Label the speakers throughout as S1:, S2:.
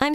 S1: I'm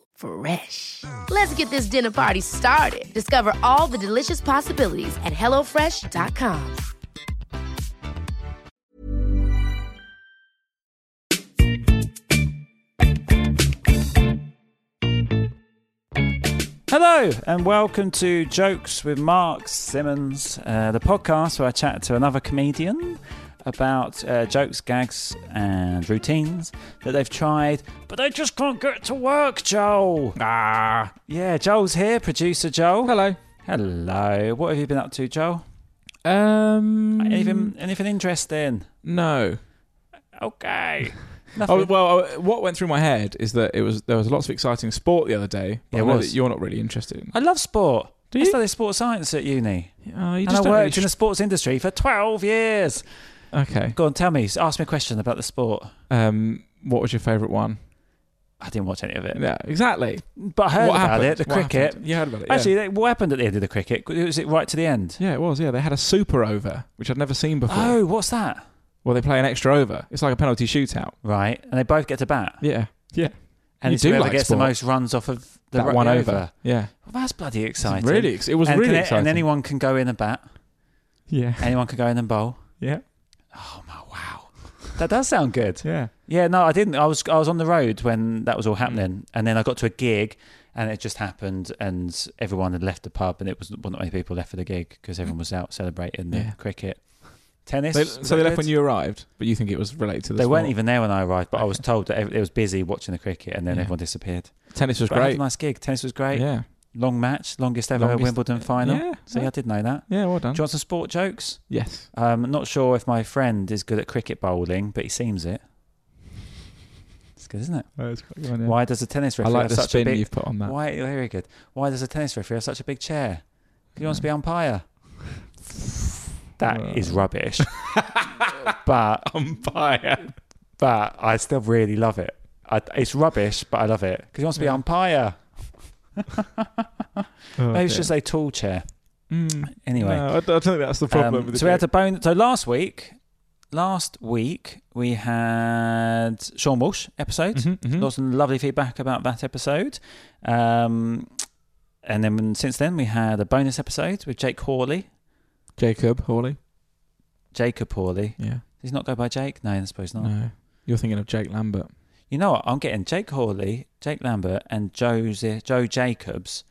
S2: Fresh. Let's get this dinner party started. Discover all the delicious possibilities at hellofresh.com.
S3: Hello, and welcome to Jokes with Mark Simmons, uh, the podcast where I chat to another comedian about uh, jokes, gags, and routines that they've tried, but they just can't get to work, Joel. Ah. Yeah, Joel's here, producer Joel.
S4: Hello.
S3: Hello. What have you been up to, Joel?
S4: Um.
S3: Anything, anything interesting?
S4: No.
S3: Okay. Nothing.
S4: Oh, well, I- what went through my head is that it was there was lots of exciting sport the other day. But
S3: Yeah,
S4: I
S3: it
S4: know
S3: was.
S4: that you're not really interested in.
S3: I love sport.
S4: Do
S3: I
S4: you?
S3: studied sports science at uni.
S4: Oh, you
S3: and I uh, worked in the sports industry for 12 years.
S4: okay.
S3: Go on, tell me. Ask me a question about the sport.
S4: Um, what was your favourite one?
S3: I didn't watch any of it.
S4: Yeah, exactly.
S3: But I heard
S4: what
S3: about
S4: happened?
S3: it, the
S4: What
S3: cricket.
S4: happened? You heard about it. Yeah.
S3: Actually, they- what happened at the end of the cricket? Was it right to the end?
S4: yeah, it was. Yeah, they had a super over, which I'd never seen before.
S3: Oh, what's that?
S4: Well, they play an extra over. It's like a penalty shootout.
S3: Right, and they both get to bat,
S4: Yeah, yeah.
S3: and
S4: You
S3: it's
S4: do
S3: whoever
S4: like
S3: gets the
S4: sport.
S3: most runs off of the
S4: that
S3: ru-
S4: one
S3: the
S4: over. Yeah,
S3: Well, that's bloody exciting.
S4: really ex- it was
S3: and
S4: really
S3: can a-
S4: exciting.
S3: And anyone can go in and bat.
S4: yeah,
S3: Anyone can go in and bowl.
S4: yeah,
S3: That does sound good.
S4: yeah.
S3: Yeah, no, I didn't. I was I was on the road when that was all
S4: Mm.
S3: happening, and then I got to a gig, and it just happened, and everyone had left the pub, and it was wasn't many people left for the gig because everyone was out celebrating the
S4: Mm. Yeah.
S3: cricket, tennis.
S4: They,
S3: was
S4: so they
S3: that
S4: left
S3: good?
S4: when you arrived, but you think it was related to the
S3: They
S4: sport.
S3: weren't even there when I arrived, but I was
S4: Okay.
S3: told that ev- it was busy watching the cricket, and then
S4: Yeah.
S3: everyone disappeared.
S4: tennis was
S3: But I had
S4: great.
S3: a nice gig. Tennis was great.
S4: Yeah,
S3: Long match, longest ever
S4: Longest-
S3: Wimbledon final.
S4: Yeah,
S3: so yeah, I did know that.
S4: yeah. Well done.
S3: Do you want some sport jokes?
S4: Yes.
S3: Um, not sure if my friend is good at cricket bowling, but he seems it. It's good, isn't it? Why does a tennis
S4: I
S3: referee
S4: like
S3: have
S4: the
S3: such
S4: spin
S3: a big?
S4: you've put on that.
S3: Why very good? Why does a tennis referee have such a big chair? 'Cause He wants to be umpire. That is
S4: Well. uh,
S3: rubbish. but
S4: Umpire.
S3: but I still really love it. I, it's rubbish, but I love it because he wants to be
S4: Yeah.
S3: umpire.
S4: oh,
S3: Maybe it's just a tall chair. Anyway,
S4: Mm. I, don't think that's the
S3: Um,
S4: problem.
S3: so we had a bone. So last week, last week we had Sean Walsh episode.
S4: Mm-hmm.
S3: Lots of lovely feedback about that episode. Um, and then since then we had a bonus episode with Jake Hawley.
S4: Jacob Hawley.
S3: Jacob Hawley.
S4: Yeah.
S3: Does he not go by Jake? No, I suppose not.
S4: No. You're thinking of Jake Lambert.
S3: You know what? I'm getting Jake Hawley, Jake Lambert, and Jose, Joe Jacobs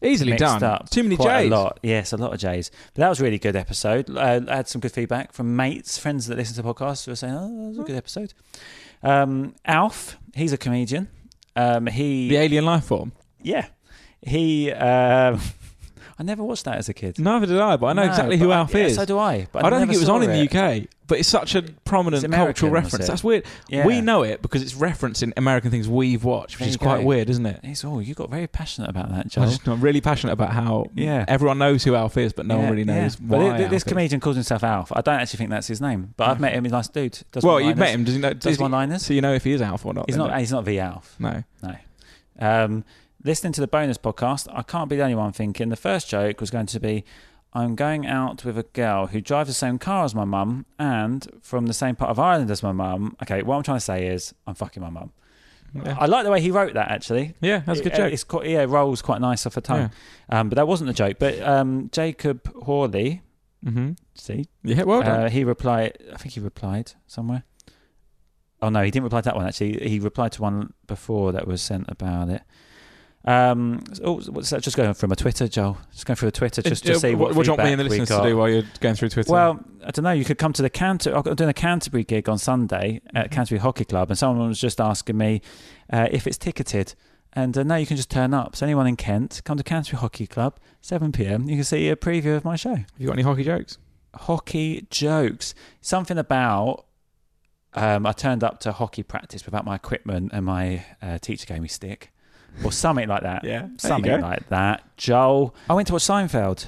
S4: Easily
S3: mixed
S4: done.
S3: up.
S4: Too many
S3: Quite
S4: J's.
S3: A lot. Yes, a lot of J's. But that was a really good episode. Uh, I had some good feedback from mates, friends that listen to podcasts who were saying, oh, that was a good episode. Um, Alf, he's a comedian. Um, he,
S4: The alien life form.
S3: yeah. He, um, I never watched that as a kid.
S4: Neither did I, but I know
S3: No,
S4: exactly
S3: but
S4: who
S3: I-
S4: Alf
S3: yeah,
S4: is.
S3: So do I. But I,
S4: don't think
S3: never
S4: it was
S3: saw
S4: on in
S3: it.
S4: the UK, but it's such a
S3: It's
S4: prominent
S3: American,
S4: cultural
S3: was
S4: reference.
S3: it?
S4: That's weird.
S3: Yeah.
S4: We know it because it's referencing American things we've watched,
S3: There
S4: which is
S3: you
S4: quite
S3: go.
S4: weird, isn't it?
S3: He's, oh, you got very passionate about that,
S4: I'm,
S3: Joel.
S4: just, I'm really passionate about how
S3: Yeah.
S4: everyone knows who Alf is, but no
S3: Yeah,
S4: one really
S3: yeah.
S4: knows
S3: But thi-
S4: why.
S3: thi- this
S4: Alf is.
S3: comedian calls himself Alf. I don't actually think that's his name, but I've met him. He's a nice dude. Does
S4: well,
S3: one-liners.
S4: you've met him. Does he know?
S3: Does
S4: he-
S3: one-liners.
S4: So you know if he is Alf or not.
S3: He's
S4: then,
S3: not.
S4: don't
S3: He's not the Alf.
S4: you? No.
S3: No. Um, listening to the bonus podcast, I can't be the only one thinking the first joke was going to be I'm going out with a girl who drives the same car as my mum and from the same part of Ireland as my mum. Okay, what I'm trying to say is I'm fucking my mum.
S4: Yeah.
S3: I like the way he wrote that actually.
S4: Yeah, that's a good
S3: It-
S4: joke.
S3: It's quite, yeah, it rolls quite nice off the tongue. Um, but that wasn't the joke. But um, Jacob Hawley,
S4: Mm-hmm.
S3: see,
S4: Yeah. Well done.
S3: uh, he replied. I think he replied somewhere. Oh no, he didn't reply to that one. Actually, he replied to one before that was sent about it. Um, oh, what's that? Just going through my Twitter, Joel. Just going through the Twitter just to
S4: Uh,
S3: see what,
S4: what do you want
S3: feedback
S4: me and the
S3: we
S4: listeners to
S3: got.
S4: do while you're going through Twitter?
S3: Well, I don't know. You could come to the Canter. I'm doing a Canterbury gig on Sunday
S4: Mm-hmm.
S3: at Canterbury Hockey Club, and someone was just asking me uh, if it's ticketed. And uh, now you can just turn up. So anyone in Kent, come to Canterbury Hockey Club, 7 p.m. You can see a preview of my show.
S4: have you got any hockey jokes?
S3: Hockey jokes. Something about um, I turned up to hockey practice without my equipment, and my uh, teacher gave me stick, or something like that.
S4: Yeah, there you
S3: something
S4: go.
S3: like that. Joel, I went to watch Seinfeld.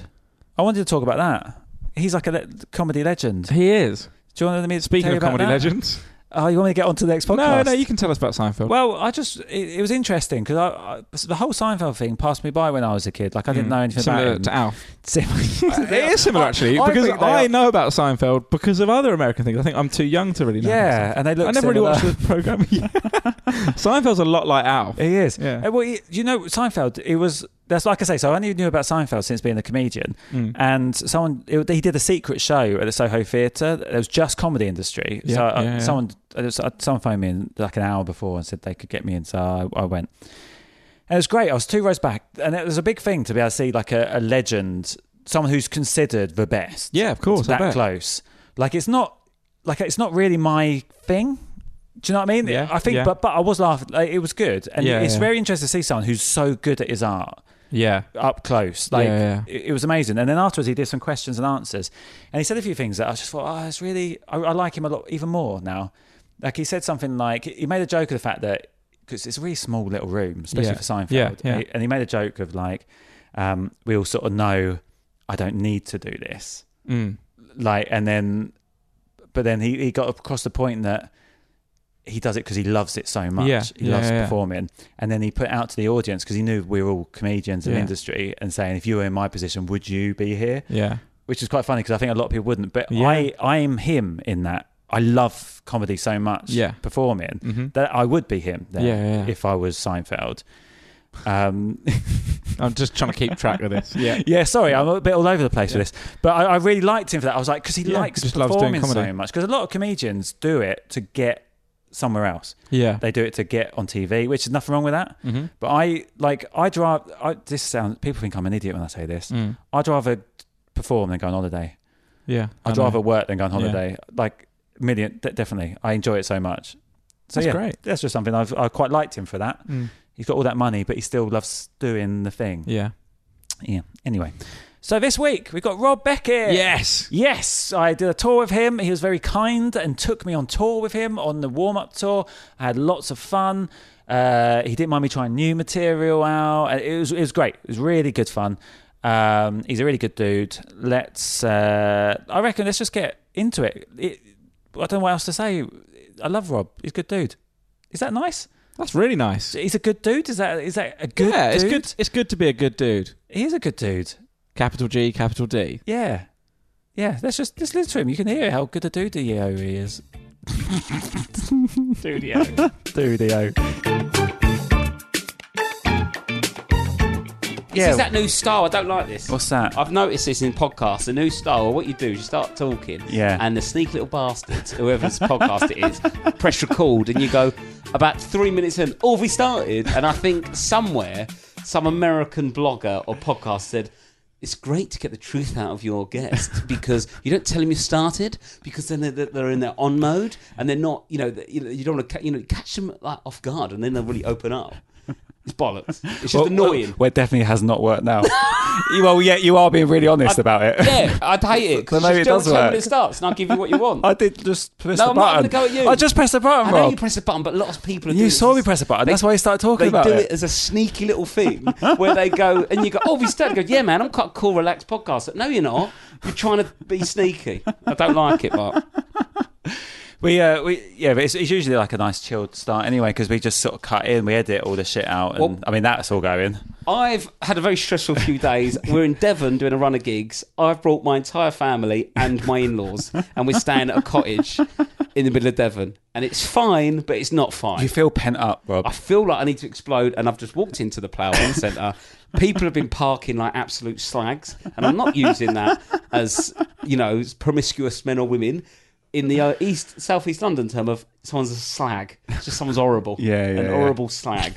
S3: I wanted to talk about that. He's like a le- comedy legend.
S4: He is.
S3: Do you want me to tell
S4: Speaking
S3: you
S4: of
S3: about
S4: comedy
S3: that?
S4: legends,
S3: Oh, you want me to get on to the next
S4: no,
S3: podcast?
S4: no, you can tell us about Seinfeld.
S3: Well, I just it, it was interesting because I, I the whole Seinfeld thing passed me by when I was a kid. Like I didn't know anything
S4: Mm. similar
S3: about
S4: to
S3: him.
S4: Alf.
S3: Similar-
S4: it is similar actually
S3: I
S4: because
S3: think they
S4: I
S3: are-
S4: know about Seinfeld because of other American things. I think I'm too young to really know.
S3: Yeah, and they
S4: about Seinfeld.
S3: look.
S4: I never really
S3: similar.
S4: watched the program. Seinfeld's a lot like Alf.
S3: He is.
S4: Yeah.
S3: Uh, Well, he- you know, Seinfeld. It was. That's like I say. So I only knew about Seinfeld since being a comedian,
S4: Hmm.
S3: and someone it, he did a secret show at the Soho Theatre. It was just comedy industry.
S4: Yeah,
S3: so uh,
S4: yeah, yeah.
S3: someone it was- uh, someone phoned me in like an hour before and said they could get me in. So I, I went, and it was great. I was two rows back, and it was a big thing to be able to see like a, a legend, someone who's considered the best.
S4: Yeah, of course, I
S3: that
S4: bet.
S3: close. Like it's not like it's not really my thing. Do you know what I mean?
S4: Yeah,
S3: I think,
S4: yeah.
S3: but but I was laughing. Like, it was good, and
S4: Yeah,
S3: it's
S4: yeah.
S3: very interesting to see someone who's so good at his art
S4: Yeah,
S3: up close. Like
S4: Yeah, yeah.
S3: It, it was amazing. And then afterwards, he did some questions and answers, and he said a few things that I just thought, oh, it's really. I, I like him a lot even more now. Like he said something like he made a joke of the fact that because it's a really small little room, especially
S4: Yeah.
S3: for Seinfeld.
S4: Yeah, yeah.
S3: And, he, and he made a joke of like, um, we all sort of know I don't need to do this
S4: Mm.
S3: like and then but then he, he got across the point that he does it because he loves it so much
S4: Yeah,
S3: he
S4: yeah,
S3: loves
S4: yeah.
S3: performing and then he put it out to the audience because he knew we were all comedians in the
S4: Yeah.
S3: industry and saying if you were in my position would you be here
S4: yeah.
S3: which is quite funny because i think a lot of people wouldn't but
S4: Yeah.
S3: i i'm him in that i love comedy so much
S4: Yeah. Mm-hmm.
S3: performing that i would be him then
S4: Yeah, yeah, yeah.
S3: if i was seinfeld um
S4: I'm just trying to keep track of this. Yeah,
S3: yeah, sorry, I'm a bit all over the place with this, but I, I really liked him for that. I was like, because he
S4: Yeah,
S3: likes
S4: he just loves doing
S3: performing so
S4: comedy.
S3: much. Because a lot of comedians do it to get somewhere else.
S4: yeah.
S3: They do it to get on TV, which is nothing wrong with that.
S4: Mm-hmm.
S3: But I like I drive. I, this sounds. People think I'm an idiot when I say this.
S4: Mm.
S3: I'd rather perform than go on holiday.
S4: yeah. I
S3: I'd
S4: know.
S3: rather work than go on
S4: Yeah.
S3: holiday. Like million, de- definitely. I enjoy it so much. So
S4: That's
S3: yeah,
S4: great. Mm.
S3: That's just something I've I quite liked him for that. He's got all that money, but he still loves doing the thing.
S4: Yeah.
S3: Yeah. Anyway, so this week we've got Rob Beckett.
S4: Yes.
S3: Yes, I did a tour with him. He was very kind and took me on tour with him on the warm up tour. I had lots of fun. Uh, he didn't mind me trying new material out. Uh, It was, it was great. It was really good fun. Um, he's a really good dude. Let's, uh, I reckon, let's just get into it. it. I don't know what else to say. I love Rob. He's a good dude. Is that nice?
S4: That's really nice.
S3: He's a good dude. Is that is that a good
S4: yeah,
S3: dude?
S4: it's good. It's good to be a good dude.
S3: He is a good dude.
S4: Capital G, capital D.
S3: Yeah. Yeah, let's just just listen to him. You can hear how good a doodeo he is.
S5: E
S3: doodeo. doodeo.
S5: This
S3: Yeah.
S5: is that new style. I don't like this.
S3: What's that?
S5: I've noticed this in podcasts. The new style. What you do is you start talking,
S3: Yeah.
S5: and the sneaky little bastards, whoever's podcast it is, press record, and you go about three minutes in. Oh, we started, and I think somewhere some American blogger or podcast said. It's great to get the truth out of your guest because you don't tell them you started because then they're, they're in their on mode and they're not, you know, you know, you don't want to, you know, catch them like off guard and then they'll really open up. It's bollocks. It's just annoying.
S3: Well, it definitely has not worked now. You- well, yeah, you are being really honest about it.
S5: Yeah, I'd hate it. 'cause
S3: Well, maybe
S5: you
S3: it does
S5: just don't tell me
S3: work.
S5: when it starts, and I'll give you what you want.
S3: I did just press
S5: No,
S3: the
S5: I'm not
S3: button.
S5: gonna go at you.
S3: I just pressed the
S5: I
S3: button,
S5: know
S3: Rob.
S5: you press a button, but lots of people. Are
S3: You
S5: doing
S3: saw
S5: this.
S3: me press a button. That's why you started talking
S5: they
S3: about
S5: do
S3: it.
S5: it. as a sneaky little thing where they go and you go, "Oh, we started." Go, yeah, man, I'm quite a cool, relaxed podcaster. No, you're not. You're trying to be sneaky. I don't like it, Mark.
S3: we, uh, we, yeah, but it's, it's usually like a nice chilled start anyway because we just sort of cut in, we edit all the shit out, and
S5: Well-
S3: I mean that's all going.
S5: I've had a very stressful few days. We're in Devon doing a run of gigs. I've brought my entire family and my in-laws, and we're staying at a cottage in the middle of Devon, and it's fine, but it's not fine.
S3: You feel pent up, Rob.
S5: I feel like I need to explode, and I've just walked into the Plough One Centre. People have been parking like absolute slags, and I'm not using that as you know as promiscuous men or women. in the uh, east, southeast London term of someone's a slag. It's just someone's horrible.
S4: Yeah, yeah,
S5: An
S4: yeah.
S5: horrible slag.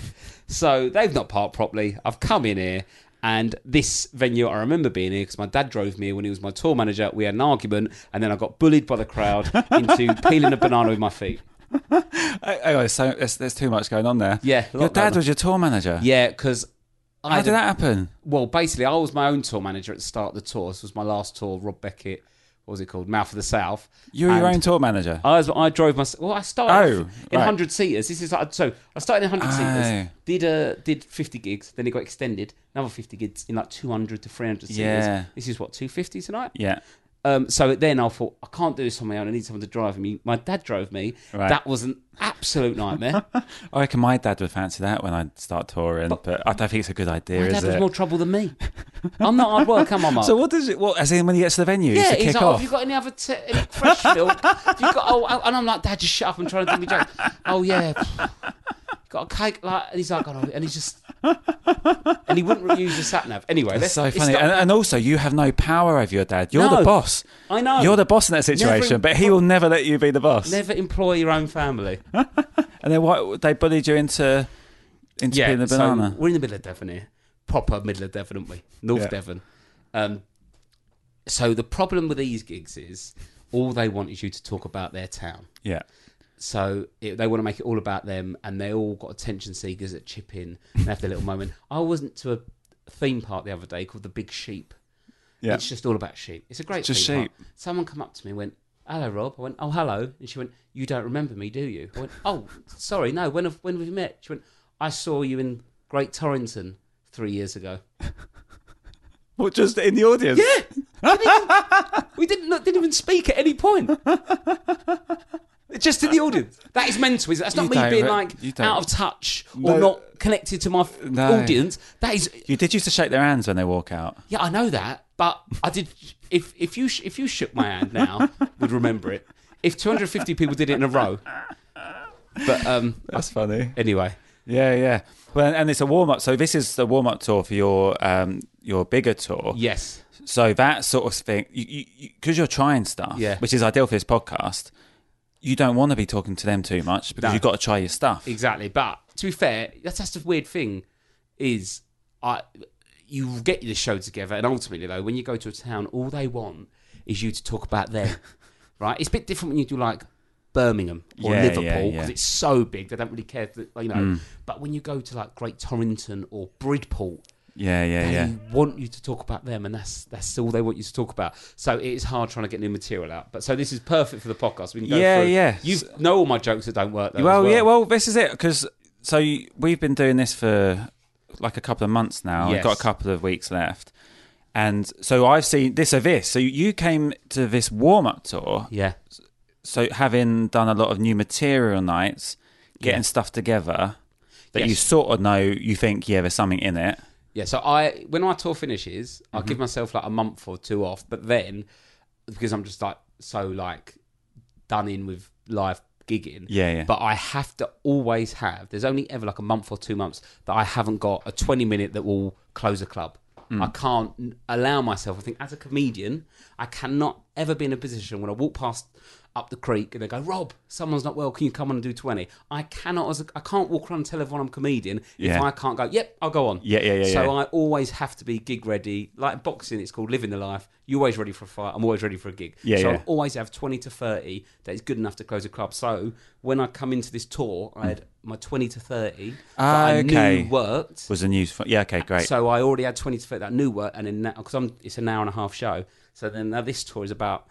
S5: So they've not parked properly. I've come in here. And this venue, I remember being here because my dad drove me here when he was my tour manager. We had an argument, and then I got bullied by the crowd into peeling a banana with my feet.
S3: Oh, oh, so there's, there's too much going on there.
S5: Yeah, a
S3: Your
S5: lot going
S3: dad
S5: on.
S3: was your tour manager.
S5: Yeah, because I
S3: How
S5: had
S3: did
S5: a-
S3: that happen?
S5: well, basically, I was my own tour manager at the start of the tour. This was my last tour. Rob Beckett, what was it called? Mouth of the South.
S3: You were your
S5: And
S3: own tour manager.
S5: I was. I drove my. Well, I started
S3: Oh,
S5: in
S3: right.
S5: hundred seaters. This is like so. I started in hundred
S3: Oh.
S5: seaters. Did uh did fifty gigs. Then it got extended. Another fifty gigs in like two hundred to three hundred seaters.
S3: Yeah.
S5: This is what two fifty tonight.
S3: yeah.
S5: Um, so then I thought, I can't do this on my own. I need someone to drive me. My dad drove me.
S3: Right.
S5: That was an absolute nightmare. my
S3: I reckon my dad would fancy that when I start touring, but, I don't think it's a good idea,
S5: dad
S3: is
S5: was
S3: it?
S5: more trouble than me. I'm not hard work. Come on, Mark.
S3: so what does it? Well, as in when he gets to the venue, he's
S5: Yeah,
S3: to
S5: he's
S3: kick
S5: like, oh,
S3: off.
S5: have you got any other t- any fresh milk? Have you got, oh, oh," and I'm like, Dad, just shut up. I'm trying to think of a joke. Oh, yeah. Got a cake. Like, and he's like, oh, and he's just. And he wouldn't use your sat nav. Anyway,
S3: That's
S5: let's-
S3: so
S5: it's
S3: funny.
S5: not-
S3: and, uh, and also, you have no power over your dad. You're
S5: No.
S3: the boss.
S5: I know.
S3: You're the boss in that situation,
S5: Never-
S3: but he will never let you be the boss.
S5: never employ your own family.
S3: And then why they bullied you into into being the
S5: so
S3: banana?
S5: we're in the middle of Devon here. Proper middle of Devon, aren't we? North
S3: Yeah.
S5: Devon. Um, so the problem with these gigs is all they want is you to talk about their town.
S3: yeah.
S5: So it, they want to make it all about them, and they all got attention seekers that chip in and have their little moment. I wasn't to a theme park the other day called the Big Sheep.
S3: Yeah.
S5: It's just all about sheep. It's a great
S3: It's just
S5: theme park.
S3: sheep.
S5: Someone come up to me and went, "Hello, Rob." I went, "Oh, hello," and she went, "You don't remember me, do you?" I went, "Oh, sorry, no. When have when have we met?" She went, "I saw you in Great Torrington three years ago."
S3: Well, just in the audience. Yeah.
S5: We didn't not, didn't even speak at any point. Just in the audience. That is mental. Is it? That's not
S3: You
S5: me
S3: don't
S5: being
S3: re-
S5: like
S3: you don't-
S5: out of touch
S3: No.
S5: or not connected to my f-
S3: No.
S5: audience. That is.
S3: You did used to shake their hands when they walk out.
S5: Yeah, I know that, but I did. If if you sh- if you shook my hand now, would remember it. If 250 people did it in a row, but um,
S3: That's funny.
S5: anyway,
S3: Yeah, yeah. Well, and it's a warm up. So this is the warm up tour for your um your bigger tour.
S5: yes,
S3: So that sort of thing, because you, you, 'cause you're trying stuff,
S5: Yeah.
S3: which is ideal for this podcast. You don't want to be talking to them too much because
S5: No.
S3: you've got to try your stuff.
S5: Exactly. But to be fair, that's, that's the weird thing is I you get the show together and ultimately though, when you go to a town, all they want is you to talk about them. right? It's a bit different when you do like Birmingham or
S3: Yeah, yeah,
S5: Liverpool because
S3: yeah. Mm.
S5: it's so big they don't really care that you know. But when you go to like Great Torrington or Bridport,
S3: Yeah, yeah,
S5: they
S3: yeah.
S5: want you to talk about them, and that's that's all they want you to talk about. So it is hard trying to get new material out. But so this is perfect for the podcast. We can go
S3: Yeah,
S5: through.
S3: yeah.
S5: You know all my jokes that don't work. Though, as
S3: Well, yeah. Well, this is it because so you, we've been doing this for like a couple of months now. We've got
S5: Yes.
S3: a couple of weeks left, and so I've seen this or this. So you came to this warm up tour,
S5: yeah.
S3: so having done a lot of new material nights, getting
S5: Yeah.
S3: stuff together that you
S5: Yes.
S3: sort of know. You think, yeah, there's something in it.
S5: Yeah, so I when our tour finishes, I'll
S3: Mm-hmm.
S5: give myself like a month or two off, but then because I'm just like so like done in with live gigging.
S3: Yeah, yeah.
S5: But I have to always have there's only ever like a month or two months that I haven't got a 20 minute that will close a club.
S3: Mm.
S5: I can't n- allow myself. I think as a comedian, I cannot ever be in a position when I walk past up the creek and they go, "Rob, someone's not well. Can you come on and do 20?" I cannot. As a, I can't walk around and tell everyone I'm a comedian
S3: Yeah.
S5: if I can't go. Yep, I'll go on.
S3: Yeah, yeah, yeah,
S5: So
S3: yeah.
S5: I always have to be gig ready. Like boxing, it's called living the life. You're always ready for a fight. I'm always ready for a gig.
S3: Yeah,
S5: so
S3: yeah.
S5: I always have 20 to 30 that is good enough to close a club. So when I come into this tour, I had my 20 to 30
S3: Ah,
S5: that I
S3: okay.
S5: knew worked.
S3: Was the news? For, yeah. Okay. Great.
S5: Uh, So I already had 20 to 30 that I knew worked. And then now, because it's an hour and a half show. So then now this tour is about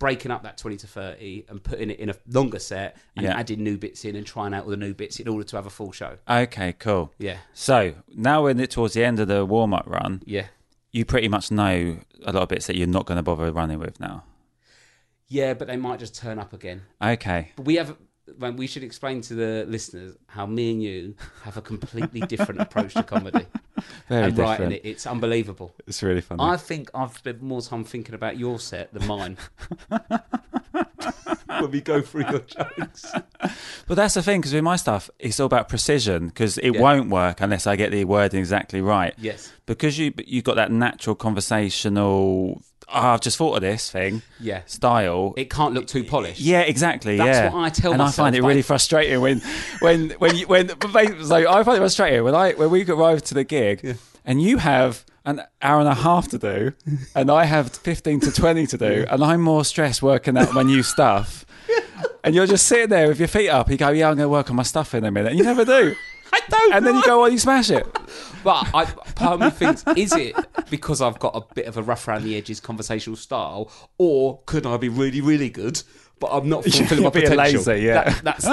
S5: breaking up that 20 to 30 and putting it in a longer set and
S3: Yeah.
S5: adding new bits in and trying out all the new bits in order to have a full show.
S3: okay. Cool.
S5: Yeah.
S3: So now we're in it towards the end of the warm up run.
S5: Yeah.
S3: You pretty much know a lot of bits that you're not going to bother running with now.
S5: Yeah, but they might just turn up again.
S3: Okay.
S5: But we have. man, We should explain to the listeners how me and you have a completely different approach to comedy
S3: Very
S5: and
S3: different.
S5: writing it. It's unbelievable.
S3: It's really funny.
S5: I think I've spent more time thinking about your set than mine. when we go through your jokes,
S3: but that's the thing because with my stuff, it's all about precision because it
S5: Yeah.
S3: won't work unless I get the wording exactly right.
S5: yes,
S3: Because you you got that natural conversational. oh, I've just thought of this thing
S5: Yeah.
S3: style.
S5: It can't look too polished.
S3: yeah, exactly.
S5: That's
S3: yeah,
S5: what I tell
S3: and
S5: myself,
S3: I find it
S5: but I-
S3: really frustrating when, when, when, you, when. So I find it frustrating when I when we arrive to the gig, and you have an hour and a half to do, and I have fifteen to twenty to do, and I'm more stressed working out my new stuff, and you're just sitting there with your feet up. You go, yeah, I'm going to work on my stuff in a minute, and you never do.
S5: I don't.
S3: And then you
S5: know.
S3: go, oh, you smash it.
S5: But I, part of me thinks, is it because I've got a bit of a rough around the edges conversational style, or could I be really, really good, but I'm not fulfilling my
S3: You're being
S5: potential?
S3: lazy, yeah.
S5: That- that's,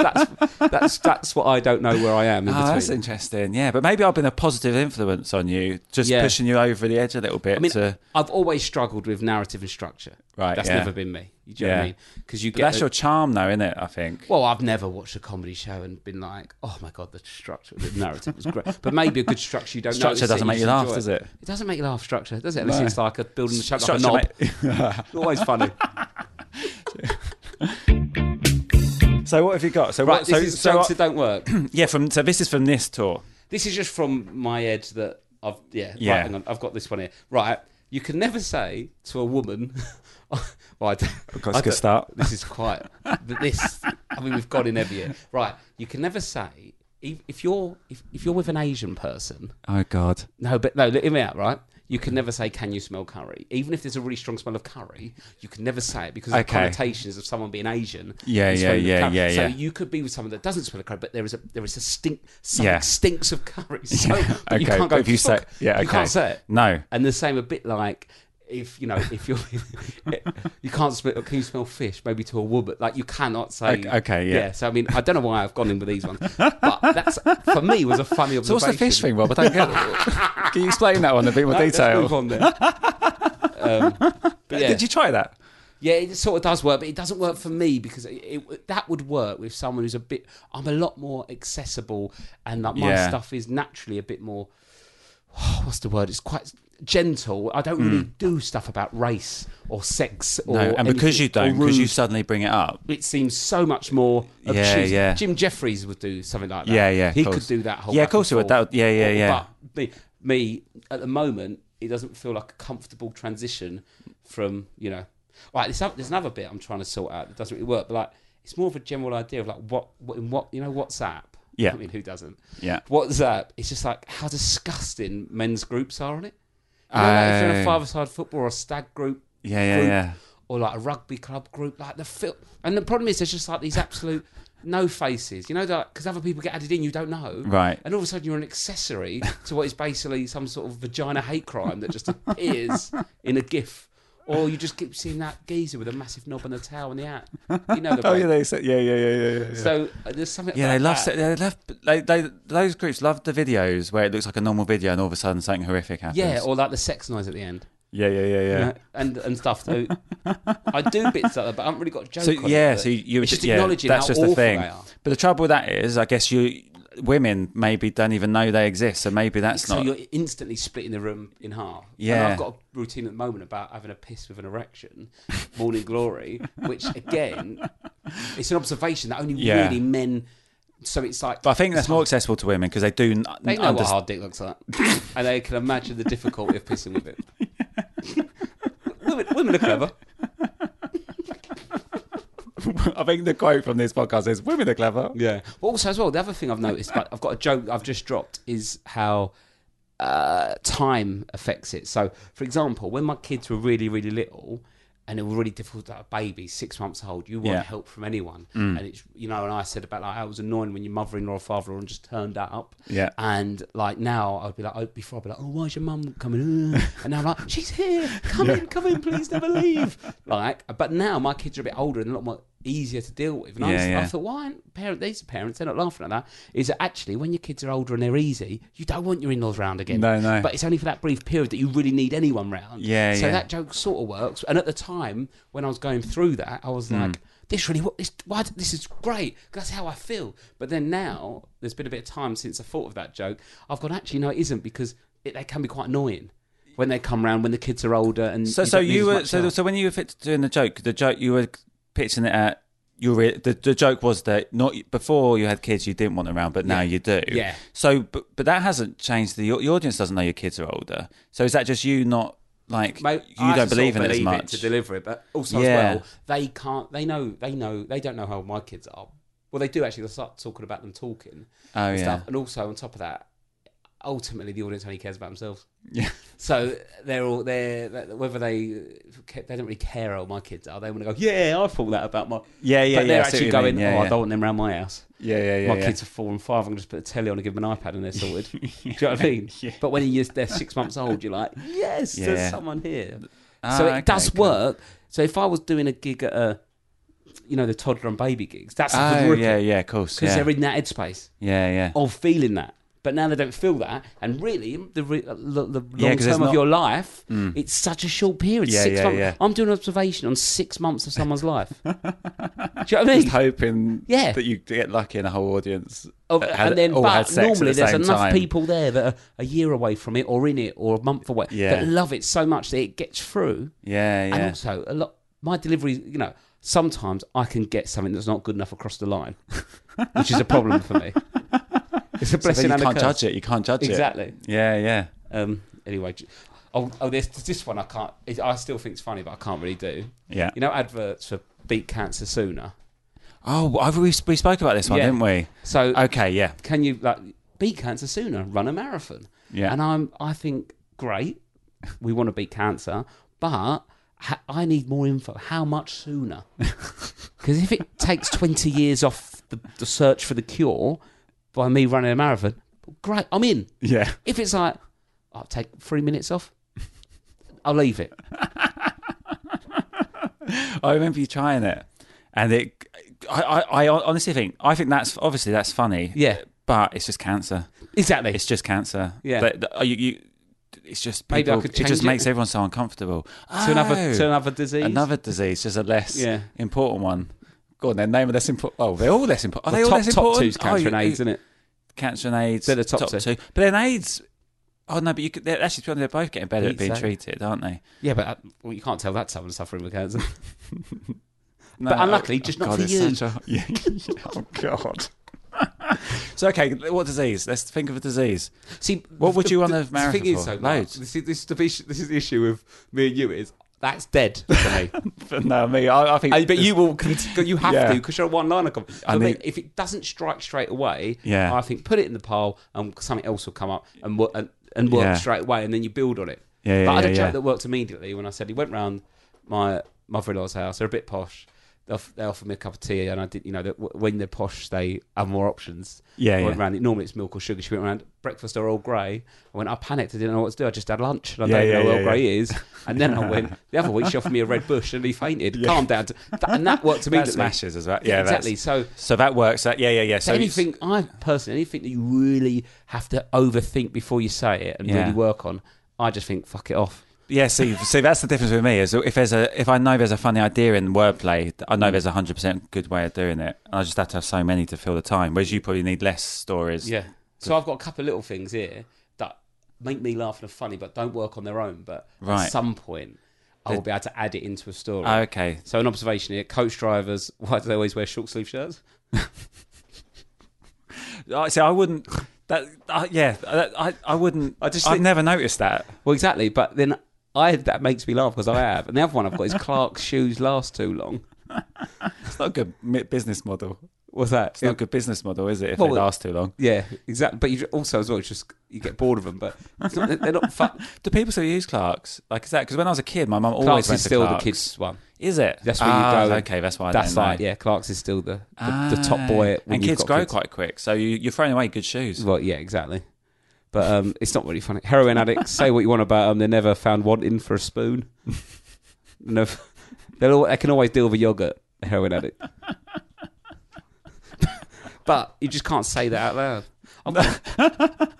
S5: that's, that's, that's what I don't know where I am in
S3: Oh, that's
S5: between.
S3: interesting. Yeah, but maybe I've been a positive influence on you, just
S5: Yeah.
S3: pushing you over the edge a little bit.
S5: I mean,
S3: to,
S5: I've always struggled with narrative and structure.
S3: Right,
S5: That's
S3: yeah.
S5: never been me. You do you know what I
S3: Yeah.
S5: mean? Because you
S3: but
S5: get
S3: that's
S5: the-
S3: your charm, though, isn't it? I think.
S5: Well, I've never watched a comedy show and been like, "Oh my god, the structure, the narrative was great." But maybe a good structure you don't.
S3: Structure
S5: notice it,
S3: doesn't make
S5: just
S3: you laugh,
S5: enjoy
S3: does it?
S5: It doesn't make you laugh. Structure does it? Unless
S3: No.
S5: it's like a building the show like a
S3: Structure
S5: knob.
S3: ma-
S5: Always funny.
S3: so what have you got? So
S5: right,
S3: what,
S5: this
S3: so,
S5: is
S3: so
S5: jokes
S3: what-
S5: that don't work.
S3: yeah, from so this is from this tour.
S5: this is just from my head that I've yeah.
S3: Yeah.
S5: Right, hang on, I've got this one here. Right, you can never say to a woman. well, I don't,
S3: course,
S5: I
S3: good
S5: don't-
S3: start.
S5: This is quite. but this, I mean, we've gone in every year. Right, you can never say if, if you're if, if you're with an Asian person.
S3: Oh God.
S5: No, but no, look hear me out, right? You can never say, "Can you smell curry?" Even if there's a really strong smell of curry, you can never say it because of
S3: Okay.
S5: the connotations of someone being Asian.
S3: Yeah,
S5: and
S3: yeah,
S5: smelling the
S3: yeah,
S5: curry.
S3: yeah,
S5: So
S3: yeah.
S5: you could be with someone that doesn't smell of curry, but there is a there is a stink. Something
S3: Yeah.
S5: stinks of curry. So but you
S3: Okay,
S5: can't go.
S3: but if you say-
S5: "Fuck,"
S3: yeah,
S5: you
S3: okay.
S5: can't say it.
S3: No.
S5: and the same a bit like. If you know, if you're, you can't smell. Can you smell fish? Maybe to a woman, like you cannot say.
S3: Okay- okay, yeah.
S5: So I mean, I don't know why I've gone in with these ones, but that's for me was a funny observation.
S3: So what's the fish thing, Rob? I don't get it. Can you explain that one in a bit more
S5: No, let's
S3: detail?
S5: move on then. Um, but yeah.
S3: Did you try that?
S5: yeah, it sort of does work, but it doesn't work for me because it, it, that would work with someone who's a bit. I'm a lot more accessible, and like my
S3: Yeah.
S5: stuff is naturally a bit more. what's the word? It's quite gentle. I don't really do stuff about race or sex or
S3: Hmm. no, and because
S5: anything-
S3: you don't,
S5: or
S3: because you
S5: rude.
S3: suddenly bring it up.
S5: It seems so much more
S3: Yeah,
S5: obtuse.
S3: yeah.
S5: Jim Jeffries would do something like that.
S3: Yeah, yeah, of
S5: He
S3: course.
S5: could do that whole.
S3: Yeah, of
S5: back
S3: course
S5: and
S3: he would. That
S5: forth.
S3: would- yeah, yeah, yeah.
S5: But me, me at the moment, it doesn't feel like a comfortable transition from you know. Right, there's, oth- there's another bit I'm trying to sort out that doesn't really work, but like it's more of a general idea of like what, what in what you know WhatsApp.
S3: Yeah.
S5: I mean, who doesn't?
S3: Yeah.
S5: WhatsApp. It's just like how disgusting men's groups are on it. You know, like if you're in
S3: Oh.
S5: a five-a-side football or a stag group,
S3: Yeah, yeah,
S5: group,
S3: yeah.
S5: or like a rugby club group, like the fil- And the problem is, there's just like these absolute no faces, you know, because other people get added in, you don't know,
S3: Right.
S5: And all of a sudden, you're an accessory to what is basically some sort of vagina hate crime that just appears in a GIF, or you just keep seeing that geezer with a massive knob and a towel and the hat, you know. The
S3: Oh yeah,
S5: bloke.
S3: they said yeah, yeah, yeah, yeah, yeah. yeah.
S5: So uh, there's something.
S3: Yeah, they
S5: about
S3: love
S5: that.
S3: se- they love they, they, those groups love the videos where it looks like a normal video and all of a sudden something horrific happens.
S5: Yeah, or like the sex noise at the end,
S3: yeah, yeah, yeah, yeah.
S5: you know, and and stuff. So I do bits like that, but I haven't really got a joke.
S3: So
S5: on it,
S3: yeah,
S5: but
S3: so you you-
S5: it's just
S3: yeah,
S5: acknowledging
S3: that's
S5: how
S3: just
S5: awful
S3: the thing.
S5: they are.
S3: But the trouble with that is, I guess you women maybe don't even know they exist, so maybe that's
S5: so
S3: not.
S5: you're instantly splitting the room in half.
S3: Yeah.
S5: And I've got a routine at the moment about having a piss with an erection, morning glory, which again, it's an observation that only
S3: Yeah.
S5: really men. So it's like.
S3: But I think
S5: it's
S3: that's more
S5: hard-
S3: accessible to women because they do. n-
S5: They know what
S3: understand-
S5: hard dick looks like, and they can imagine the difficulty of pissing with it. women, women are clever.
S3: I think the quote from this podcast is, "Women are clever."
S5: Yeah. Also, as well, the other thing I've noticed, but I've got a joke I've just dropped, is how uh, time affects it. So, for example, when my kids were really, really little, and it was really difficult to have a baby, six months old, you want
S3: Yeah. Mm.
S5: help from anyone. And it's, you know, and I said about like, how it was annoying when your mother in law or father in law just turned up.
S3: Yeah.
S5: And like now, I'd be like, oh, before I'd be like, oh, why's your mum coming? Uh, And now I'm like, she's here. Come in, come in, please never leave. Like, but now my kids are a bit older and a lot more easier to deal with. And I,
S3: Yeah,
S5: was, I
S3: yeah.
S5: thought, why aren't parent, these parents, they're not laughing at that, is that actually when your kids are older and they're easy, you don't want your in-laws round again.
S3: No, no.
S5: But it's only for that brief period that you really need anyone round.
S3: Yeah,
S5: So
S3: yeah.
S5: that joke sort of works. And at the time, when I was going through that, I was
S3: Hmm.
S5: like, this really, wo- this, why, d- this is great. 'cause that's how I feel. But then now, there's been a bit of time since I thought of that joke. I've gone, actually, no, it isn't because it, they can be quite annoying when they come round when the kids are older. And
S3: So,
S5: you
S3: so
S5: don't need
S3: you
S5: as
S3: were
S5: much
S3: so
S5: help.
S3: so when you were fit doing the joke, the joke you were pitching it at. You were, the, the joke was that not before you had kids you didn't want them around but now you do
S5: Yeah.
S3: so but, but that hasn't changed the, au- the audience doesn't know your kids are older so is that just you not like
S5: Mate,
S3: you
S5: I
S3: don't
S5: have to sort
S3: believe
S5: of
S3: in it as
S5: believe
S3: much.
S5: to deliver it, but also
S3: Yeah.
S5: as well, they can't. They know. They know. They don't know how old my kids are. Well, they do actually. They start talking about them talking
S3: Oh,
S5: and
S3: yeah.
S5: stuff, and also on top of that, ultimately the audience only cares about themselves.
S3: yeah.
S5: So they're all they're that- whether they ca- they don't really care how old my kids are. They want to go, yeah, I thought that about my
S3: Yeah, yeah,
S5: But they're
S3: yeah, I see what
S5: actually
S3: you mean.
S5: going,
S3: Yeah,
S5: oh,
S3: yeah.
S5: I don't want them around my house.
S3: Yeah, yeah, yeah.
S5: my
S3: yeah.
S5: kids are four and five. I'm going to just put a telly on and give them an iPad and they're sorted. Do you know what I mean?
S3: Yeah.
S5: But when you're, they're six months old, you're like, yes,
S3: Yeah.
S5: there's someone here.
S3: Ah,
S5: so it
S3: okay,
S5: does
S3: cool.
S5: work. So if I was doing a gig at a, you know, the toddler and baby gigs, that's a
S3: Oh
S5: good
S3: yeah, yeah, of course.
S5: Because
S3: Yeah.
S5: they're in that headspace
S3: yeah, yeah.
S5: of feeling that. But now they don't feel that. And really, the, re- uh, the, the long
S3: 'cause it's
S5: term of
S3: not- Mm.
S5: your life, it's such a short period.
S3: Yeah,
S5: six
S3: yeah,
S5: months.
S3: yeah.
S5: I'm doing an observation on six months of someone's life. Do you know what I mean?
S3: Just hoping
S5: Yeah.
S3: that you get lucky and a whole audience
S5: Of,
S3: Uh, had,
S5: and then,
S3: all had
S5: but
S3: sex at
S5: normally
S3: the
S5: there's
S3: same
S5: enough
S3: time.
S5: people there that are a year away from it, or in it, or a month away
S3: Yeah.
S5: that love it so much that it gets through.
S3: Yeah, yeah.
S5: And also, a lot my delivery, you know, sometimes I can get something that's not good enough across the line, which is a problem for me. It's a
S3: so
S5: blessing
S3: then you
S5: and a
S3: can't
S5: curse.
S3: judge it. You can't judge it.
S5: Exactly.
S3: Exactly. Yeah, yeah.
S5: Um, anyway, j- oh, oh there's, there's this one I can't. It, I still think it's funny, but I can't really do.
S3: Yeah.
S5: You know, adverts for beat cancer sooner.
S3: Oh, I've, we, we spoke about this one,
S5: Yeah.
S3: didn't we?
S5: So
S3: Okay, yeah.
S5: can you like beat cancer sooner? Run a marathon.
S3: Yeah.
S5: And I'm I think great. We want to beat cancer, but ha- I need more info. How much sooner? Because if it takes twenty years off the, the search for the cure by me running a marathon, great. I'm in.
S3: Yeah.
S5: If it's like I'll take three minutes off, I'll leave it.
S3: I remember you trying it, and it. I, I, I honestly think I think that's obviously that's funny.
S5: Yeah.
S3: but it's just cancer.
S5: Exactly.
S3: It's just cancer.
S5: Yeah.
S3: but the- you, you, it's just
S5: Maybe I
S3: people,
S5: could
S3: it just
S5: change it.
S3: makes everyone so uncomfortable.
S5: to another
S3: Oh,
S5: to another disease.
S3: another disease, just a less
S5: Yeah.
S3: important one. Go on, then name a less important. Oh, they're all less important. Are they
S5: Well,
S3: all
S5: top
S3: less
S5: top
S3: important?
S5: two's cancer
S3: Oh,
S5: and
S3: you-
S5: AIDS, isn't it?
S3: Cancer and AIDS.
S5: They're the top two.
S3: But then AIDS. Oh no, but you could, they're actually they're both getting better at
S5: Beats
S3: being
S5: that.
S3: treated, aren't they?
S5: Yeah, but uh, well, you can't tell that someone's suffering with cancer.
S3: No,
S5: But unluckily, just not for
S3: it's
S5: you.
S3: such a- Yeah. oh God. so okay, what disease? Let's think of a disease.
S5: See,
S3: What would you want a
S5: the
S3: marathon
S5: thing is,
S3: for?
S5: though,
S3: Loads.
S5: This is, this, is the, issue- this is the issue with me and you is that's dead for me.
S3: But no, me. I, I think.
S5: And- but you will, cont- you have
S3: Yeah.
S5: to because you're a one liner comment. So
S3: I mean-
S5: mate, if it doesn't strike straight away,
S3: Yeah.
S5: I think put it in the pile and something else will come up and wo- and, and work
S3: Yeah.
S5: straight away, and then you build on it.
S3: Yeah, yeah,
S5: but I had
S3: yeah,
S5: a
S3: yeah.
S5: joke that worked immediately when I said he went round my mother-in-law's house. They're a bit posh. They off- they offered me a cup of tea, and I did. You know, that w- when they're posh, they have more options.
S3: Yeah,
S5: I
S3: yeah.
S5: went round it. Normally, it's milk or sugar. She went round breakfast or Earl Grey. I went. I panicked. I didn't know what to do. I just had lunch, and I
S3: Yeah,
S5: don't
S3: yeah,
S5: know who
S3: yeah,
S5: Earl Grey
S3: yeah.
S5: is. And then I went. The other week, she offered me a red bush, and he fainted. Calm down. Th- and that worked
S3: that
S5: immediately.
S3: smashes as well. Yeah,
S5: exactly.
S3: that's-
S5: So,
S3: So that works. That, yeah, yeah, yeah. So it's-
S5: anything I personally anything that you really have to overthink before you say it and
S3: Yeah.
S5: really work on, I just think fuck it off.
S3: Yeah, see, see, that's the difference with me is if there's a if I know there's a funny idea in wordplay, I know there's a hundred percent good way of doing it, and I just have to have so many to fill the time. Whereas you probably need less stories.
S5: Yeah. So I've got a couple of little things here that make me laugh and are funny, but don't work on their own. But
S3: Right.
S5: at some point, I will be able to add it into a story.
S3: Oh, okay.
S5: So an observation here: coach drivers, why do they always wear short sleeve shirts?
S3: I see. I wouldn't. That uh, yeah. that- I I wouldn't. I
S5: just
S3: just. I've
S5: think-
S3: never noticed that.
S5: Well, exactly. But then I that makes me laugh because I have. And the other one I've got is Clark's shoes last too long.
S3: It's not a good mi- business model.
S5: What's that?
S3: It's not a good business model, is it? If
S5: Well,
S3: it lasts too long.
S5: Yeah, exactly. But you also as well, it's just you get bored of them. But it's not, they're not fun.
S3: Do people still use Clark's? Like is that because when I was a kid, my mum always
S5: Clark's
S3: went
S5: is
S3: to
S5: still
S3: Clark's.
S5: the kids' one.
S3: Is it?
S5: That's where
S3: Ah,
S5: you go.
S3: Okay, that's why. I
S5: That's
S3: don't
S5: like
S3: know.
S5: yeah, Clark's is still the the, the top boy. When
S3: and
S5: you've
S3: kids
S5: got
S3: grow
S5: Ah, kids.
S3: quite quick, so you, you're throwing away good shoes.
S5: Well, yeah, exactly. But um, it's not really funny. Heroin addicts say what you want about them. They're never found wanting for a spoon. no, they'll al- they can always deal with a yogurt. a Heroin addict. but you just can't say that out loud. I've got-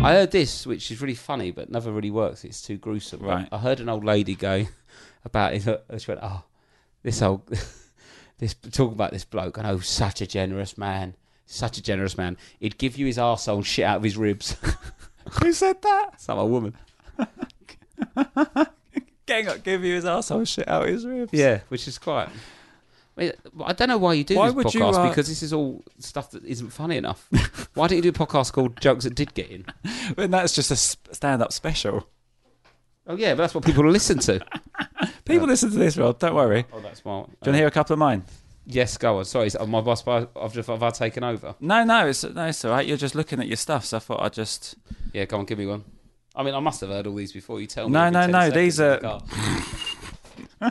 S5: I heard this, which is really funny, but never really works. It's too gruesome. But
S3: Right.
S5: I heard an old lady go about it. and She went, "Oh, this old, this talking about this bloke. I know, such a generous man. Such a generous man. He'd give you his arsehole and shit out of his ribs."
S3: Who said that?
S5: Some old woman.
S3: Gang up, give you his asshole shit out his ribs.
S5: Yeah, which is quite. I mean, I don't know why you do
S3: Why
S5: this
S3: would you,
S5: podcast
S3: uh,
S5: because this is all stuff that isn't funny enough. why don't you do a podcast called Jokes That Did Get In?
S3: And that's just a sp- stand-up special.
S5: Oh yeah, but that's what people listen to.
S3: People listen to this, Rod. Don't worry.
S5: Oh, that's smart.
S3: Do you want to hear a couple of mine?
S5: Yes, go on. Sorry, is- oh, my boss. I've just I've, I've taken over.
S3: No, no, it's no, it's all right. You're just looking at your stuff, so I thought I'd just.
S5: Yeah, go on, give me one. I mean, I must have heard all these before. You tell me.
S3: No,
S5: every
S3: no,
S5: 10
S3: no,
S5: seconds
S3: these
S5: in the
S3: are-
S5: car. what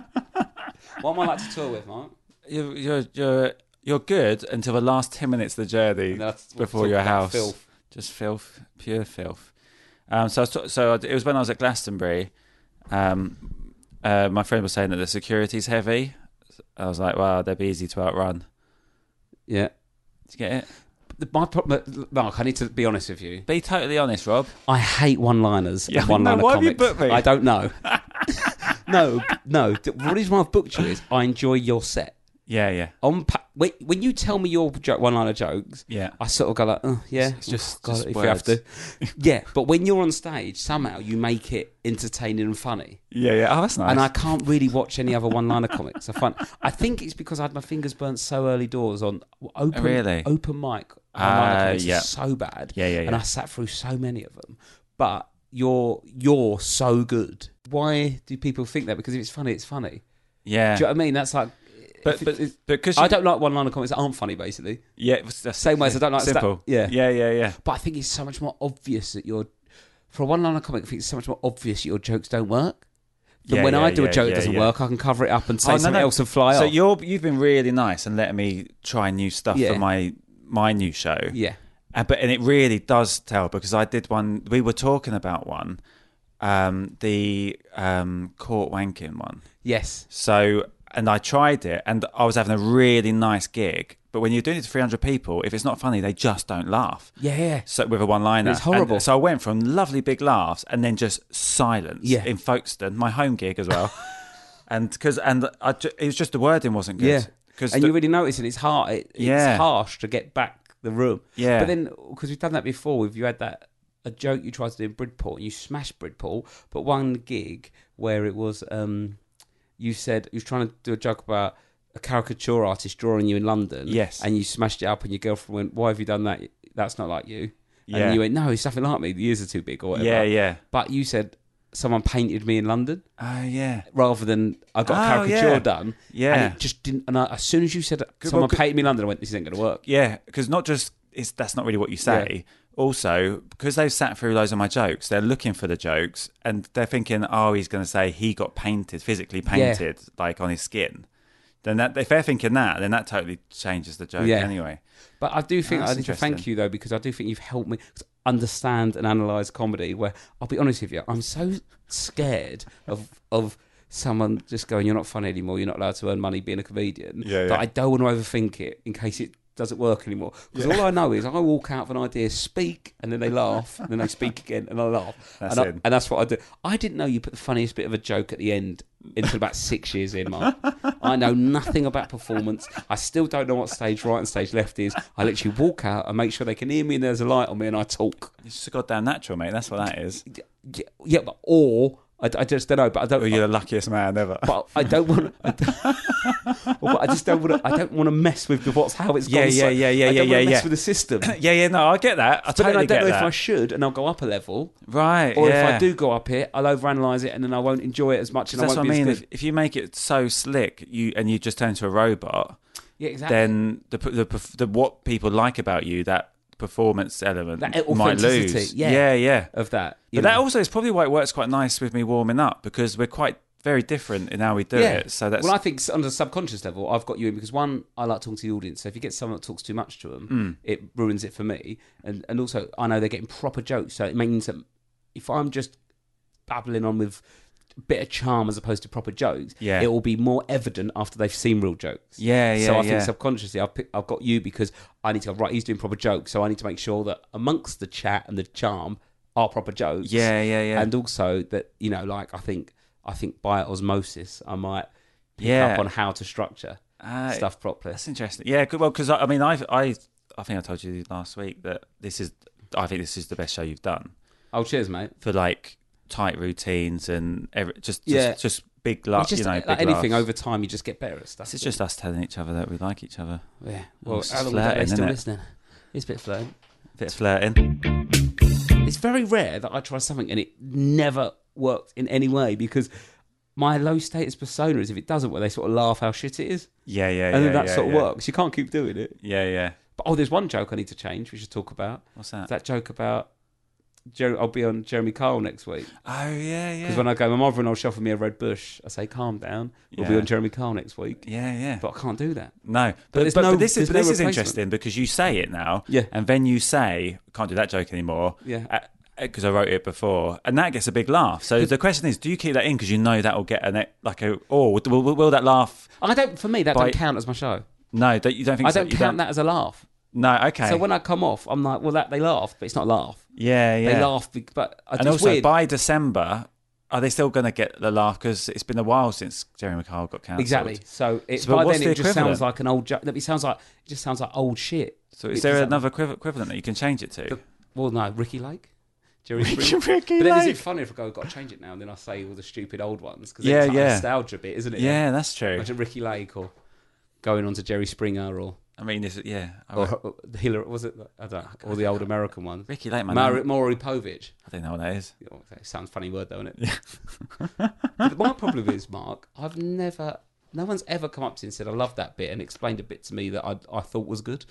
S5: am I like to tour with, Mark?
S3: You're you're you're, you're good until the last ten minutes of the journey
S5: And that's- we'll
S3: before
S5: talk
S3: your
S5: about
S3: house.
S5: filth.
S3: Just filth, pure filth. Um, so I was t- so I d- it was when I was at Glastonbury. Um, uh, my friend was saying that the security's heavy. I was like, wow, they'd be easy to outrun.
S5: Yeah.
S3: Do you get it?
S5: The- My problem, Mark. I need to be honest with you.
S3: Be totally honest, Rob.
S5: I hate one-liners.
S3: Yeah, I
S5: and
S3: know.
S5: one-liner
S3: Why have you
S5: comics.
S3: booked me?
S5: I don't know. no, no. The reason why I've booked you is I enjoy your set.
S3: Yeah, yeah.
S5: On pa- when, when you tell me your jo- one-liner jokes,
S3: Yeah.
S5: I sort of go like, oh, yeah,
S3: It's just-
S5: God,
S3: just
S5: if
S3: words.
S5: you have to, yeah. But when you're on stage, somehow you make it entertaining and funny,
S3: Yeah, yeah. Oh, that's nice.
S5: and I can't really watch any other one-liner comics. I find I think it's because I had my fingers burnt so early doors on open
S3: Really?
S5: open mic.
S3: Ah,
S5: One-liner comics
S3: yeah.
S5: are so bad,
S3: Yeah, yeah,
S5: and
S3: yeah.
S5: I sat through so many of them, but. You're you're so good. Why do people think that? Because if it's funny, it's funny.
S3: yeah.
S5: Do you know what I mean? That's like,
S3: but
S5: if
S3: but
S5: it's-
S3: because
S5: I don't like one-liner comics that aren't funny, basically.
S3: Yeah, it's the
S5: Same way as I don't like sta-
S3: simple.
S5: yeah.
S3: yeah, yeah, yeah.
S5: But I think it's so much more obvious that you're for a one-liner comic. I think it's so much more obvious that your jokes don't work. Than
S3: Yeah,
S5: when
S3: yeah,
S5: I do
S3: yeah,
S5: a joke
S3: yeah,
S5: that doesn't
S3: yeah.
S5: work, I can cover it up and say
S3: Oh, no,
S5: something
S3: no.
S5: else and fly
S3: so
S5: off.
S3: you're you've been really nice and letting me try new stuff
S5: Yeah.
S3: for my my new show.
S5: Yeah.
S3: and, but and it really does tell because I did one. We were talking about one, um, the um, court wanking one.
S5: Yes.
S3: So and I tried it and I was having a really nice gig. But when you're doing it to 300 people, if it's not funny, they just don't laugh.
S5: Yeah.
S3: So with a one-liner,
S5: It's horrible.
S3: And so I went from lovely big laughs and then just silence
S5: Yeah.
S3: in Folkestone, my home gig as well. and because and I ju- it was just the wording wasn't good.
S5: Yeah.
S3: because
S5: and you really notice it. It's hard. It, it's
S3: Yeah.
S5: harsh to get back the room.
S3: Yeah.
S5: But then because we've done that before, we've you had that a joke you tried to do in Bridport and you smashed Bridport, but one gig where it was um, you said you was trying to do a joke about a caricature artist drawing you in London.
S3: Yes.
S5: And you smashed it up, and your girlfriend went, "Why have you done that? That's not like you."
S3: Yeah.
S5: And you went, "No, it's nothing like me. The ears are too big, or whatever."
S3: yeah, yeah,
S5: But you said someone painted me in London
S3: oh yeah.
S5: rather than I got
S3: Oh,
S5: a caricature
S3: yeah.
S5: done.
S3: Yeah.
S5: and it just didn't. And I, as soon as you said someone
S3: well,
S5: paid me in London, I went, "This isn't going to work."
S3: Yeah, because not just it's that's not really what you say. Also, because they've sat through loads of my jokes, they're looking for the jokes and they're thinking, "Oh, he's going to say he got painted, physically painted, like on his skin." Then that if they're thinking that, then that totally changes the joke
S5: Yeah.
S3: anyway.
S5: But I do think
S3: That's
S5: I need to thank
S3: interesting.
S5: you though because I do think you've helped me understand and analyze comedy. Where I'll be honest with you, I'm so scared of of someone just going, "You're not funny anymore. You're not allowed to earn money being a comedian."
S3: Yeah, yeah.
S5: That I don't want to overthink it in case it doesn't work anymore. Because all I know is I walk out of an idea, speak, and then they laugh, and then I speak again, and I laugh,
S3: That's
S5: and, I,
S3: it.
S5: and that's what I do. I didn't know you put the funniest bit of a joke at the end until about six years in, Mark. I know nothing about performance. I still don't know what stage right and stage left is. I literally walk out and make sure they can hear me and there's a light on me and I talk.
S3: It's just goddamn natural, mate. That's what that is.
S5: Yeah, yeah but or I, I just don't know. But I don't.
S3: Well, you're the luckiest man ever.
S5: but I don't want. I don't- but I just don't want to. I don't want to mess with the what's how it's
S3: Yeah,
S5: gone. so-
S3: yeah, yeah, yeah,
S5: I
S3: yeah,
S5: don't wanna
S3: yeah,
S5: Mess
S3: yeah.
S5: with the system.
S3: yeah, yeah, no, I get that. I
S5: But then
S3: totally
S5: I don't
S3: get
S5: know
S3: that.
S5: if I should, and I'll go up a level,
S3: Right.
S5: or
S3: yeah.
S5: if I do go up it, I'll overanalyze it, and then I won't enjoy it as much, and I
S3: that's
S5: won't
S3: what I
S5: be
S3: mean.
S5: as
S3: If,
S5: good.
S3: if you make it so slick, you and you just turn into a robot,
S5: Yeah, exactly.
S3: then the, p- the perf- the what people like about you that performance element
S5: That
S3: might
S5: authenticity,
S3: lose.
S5: yeah.
S3: yeah, yeah.
S5: of that, you
S3: But that
S5: know.
S3: also is probably why it works quite nice with me warming up because we're quite very different in how we do it. So that's
S5: well, I think s- on a subconscious level, I've got you in because one, I like talking to the audience. So if you get someone that talks too much to
S3: Mm.
S5: them, it ruins it for me. And and also, I know they're getting proper jokes, so it means that if I'm just babbling on with a bit of charm as opposed to proper jokes,
S3: Yeah.
S5: it will be more evident after they've seen real jokes.
S3: Yeah, yeah,
S5: So I
S3: yeah.
S5: think subconsciously, I've pick, I've got you because I need to go right. He's doing proper jokes, so I need to make sure that amongst the chat and the charm are proper jokes.
S3: yeah, yeah, yeah.
S5: And also that you know, like I think I think by osmosis, I might pick
S3: Yeah.
S5: up on how to structure
S3: Ah,
S5: stuff properly.
S3: That's interesting. Yeah, good. Well, because I, I mean, I I I think I told you last week that this is I think this is the best show you've done
S5: Oh, cheers, mate.
S3: for like tight routines and every, just, just
S5: Yeah.
S3: just big laugh,
S5: just
S3: you know,
S5: like
S3: big
S5: anything
S3: laughs.
S5: over time, you just get better at stuff.
S3: This is just us telling each other that we like each other.
S5: yeah. Well,
S3: it's
S5: how long
S3: just
S5: would that
S3: flirting,
S5: be still
S3: innit?
S5: listening? It's a bit flirting.
S3: bit of flirting.
S5: It's very rare that I try something and it never worked in any way because my low status persona is if it doesn't work, they sort of laugh how shit it is,
S3: Yeah, yeah,
S5: and
S3: yeah.
S5: then that
S3: yeah,
S5: sort of
S3: yeah.
S5: works. You can't keep doing it.
S3: Yeah, yeah.
S5: But oh, there's one joke I need to change. We should talk about
S3: What's that?
S5: that joke about. Jer- I'll be on Jeremy Kyle next week.
S3: Oh, yeah, yeah.
S5: Because when I go, my mother and I'll offer me a red bush. I say, calm down. We'll be
S3: Yeah.
S5: on Jeremy Carl next week.
S3: yeah, yeah.
S5: But I can't do that.
S3: No, but,
S5: there's
S3: but,
S5: no-
S3: but this is
S5: there's
S3: but
S5: no
S3: this is
S5: replacement.
S3: interesting because you say it now,
S5: Yeah.
S3: and then you say can't do that joke anymore,
S5: Yeah.
S3: because I wrote it before, and that gets a big laugh. So the question is, do you keep that in because you know that will get an e- like a or will, will, will that laugh?
S5: I don't. For me, that
S3: By-
S5: don't count as my show.
S3: No, don't, you don't think
S5: I
S3: so?
S5: don't
S3: You
S5: count that as a laugh.
S3: No, okay.
S5: So when I come off, I'm like, well, that they laugh, but it's not a laugh.
S3: yeah, yeah,
S5: They laugh, be- but I-
S3: and
S5: it's
S3: also
S5: weird.
S3: by December, are they still going to get the laugh? Because it's been a while since Jerry McCall got cancelled.
S5: exactly. So it's
S3: So, but
S5: by
S3: what's
S5: then
S3: the
S5: it just sounds
S3: equivalent?
S5: like an old joke. It sounds like it just sounds like old shit.
S3: So is
S5: It
S3: there
S5: doesn't-
S3: another equiv- equivalent that you can change it to?
S5: Well, no, Ricky Lake. Jerry
S3: Ricky-
S5: Springer.
S3: Ricky
S5: but then is
S3: Lake.
S5: it funny if I go, I've got to change it now, and then I say all the stupid old ones because
S3: Yeah,
S5: it's like a
S3: yeah.
S5: nostalgia bit, isn't it?
S3: Yeah, that's true.
S5: Imagine Ricky Lake or going on to Jerry Springer or
S3: I mean, is it, yeah. I
S5: or, uh,
S3: wrote-
S5: Hillary, was it? I don't know. Or the old American one.
S3: Oh, Ricky Lake, man.
S5: Maury, Maury Povich.
S3: I don't know what that is.
S5: Oh, that sounds a funny word, though, isn't it? But my problem is, Mark, I've never, no one's ever come up to me and said, I love that bit and explained a bit to me that I, I thought was good.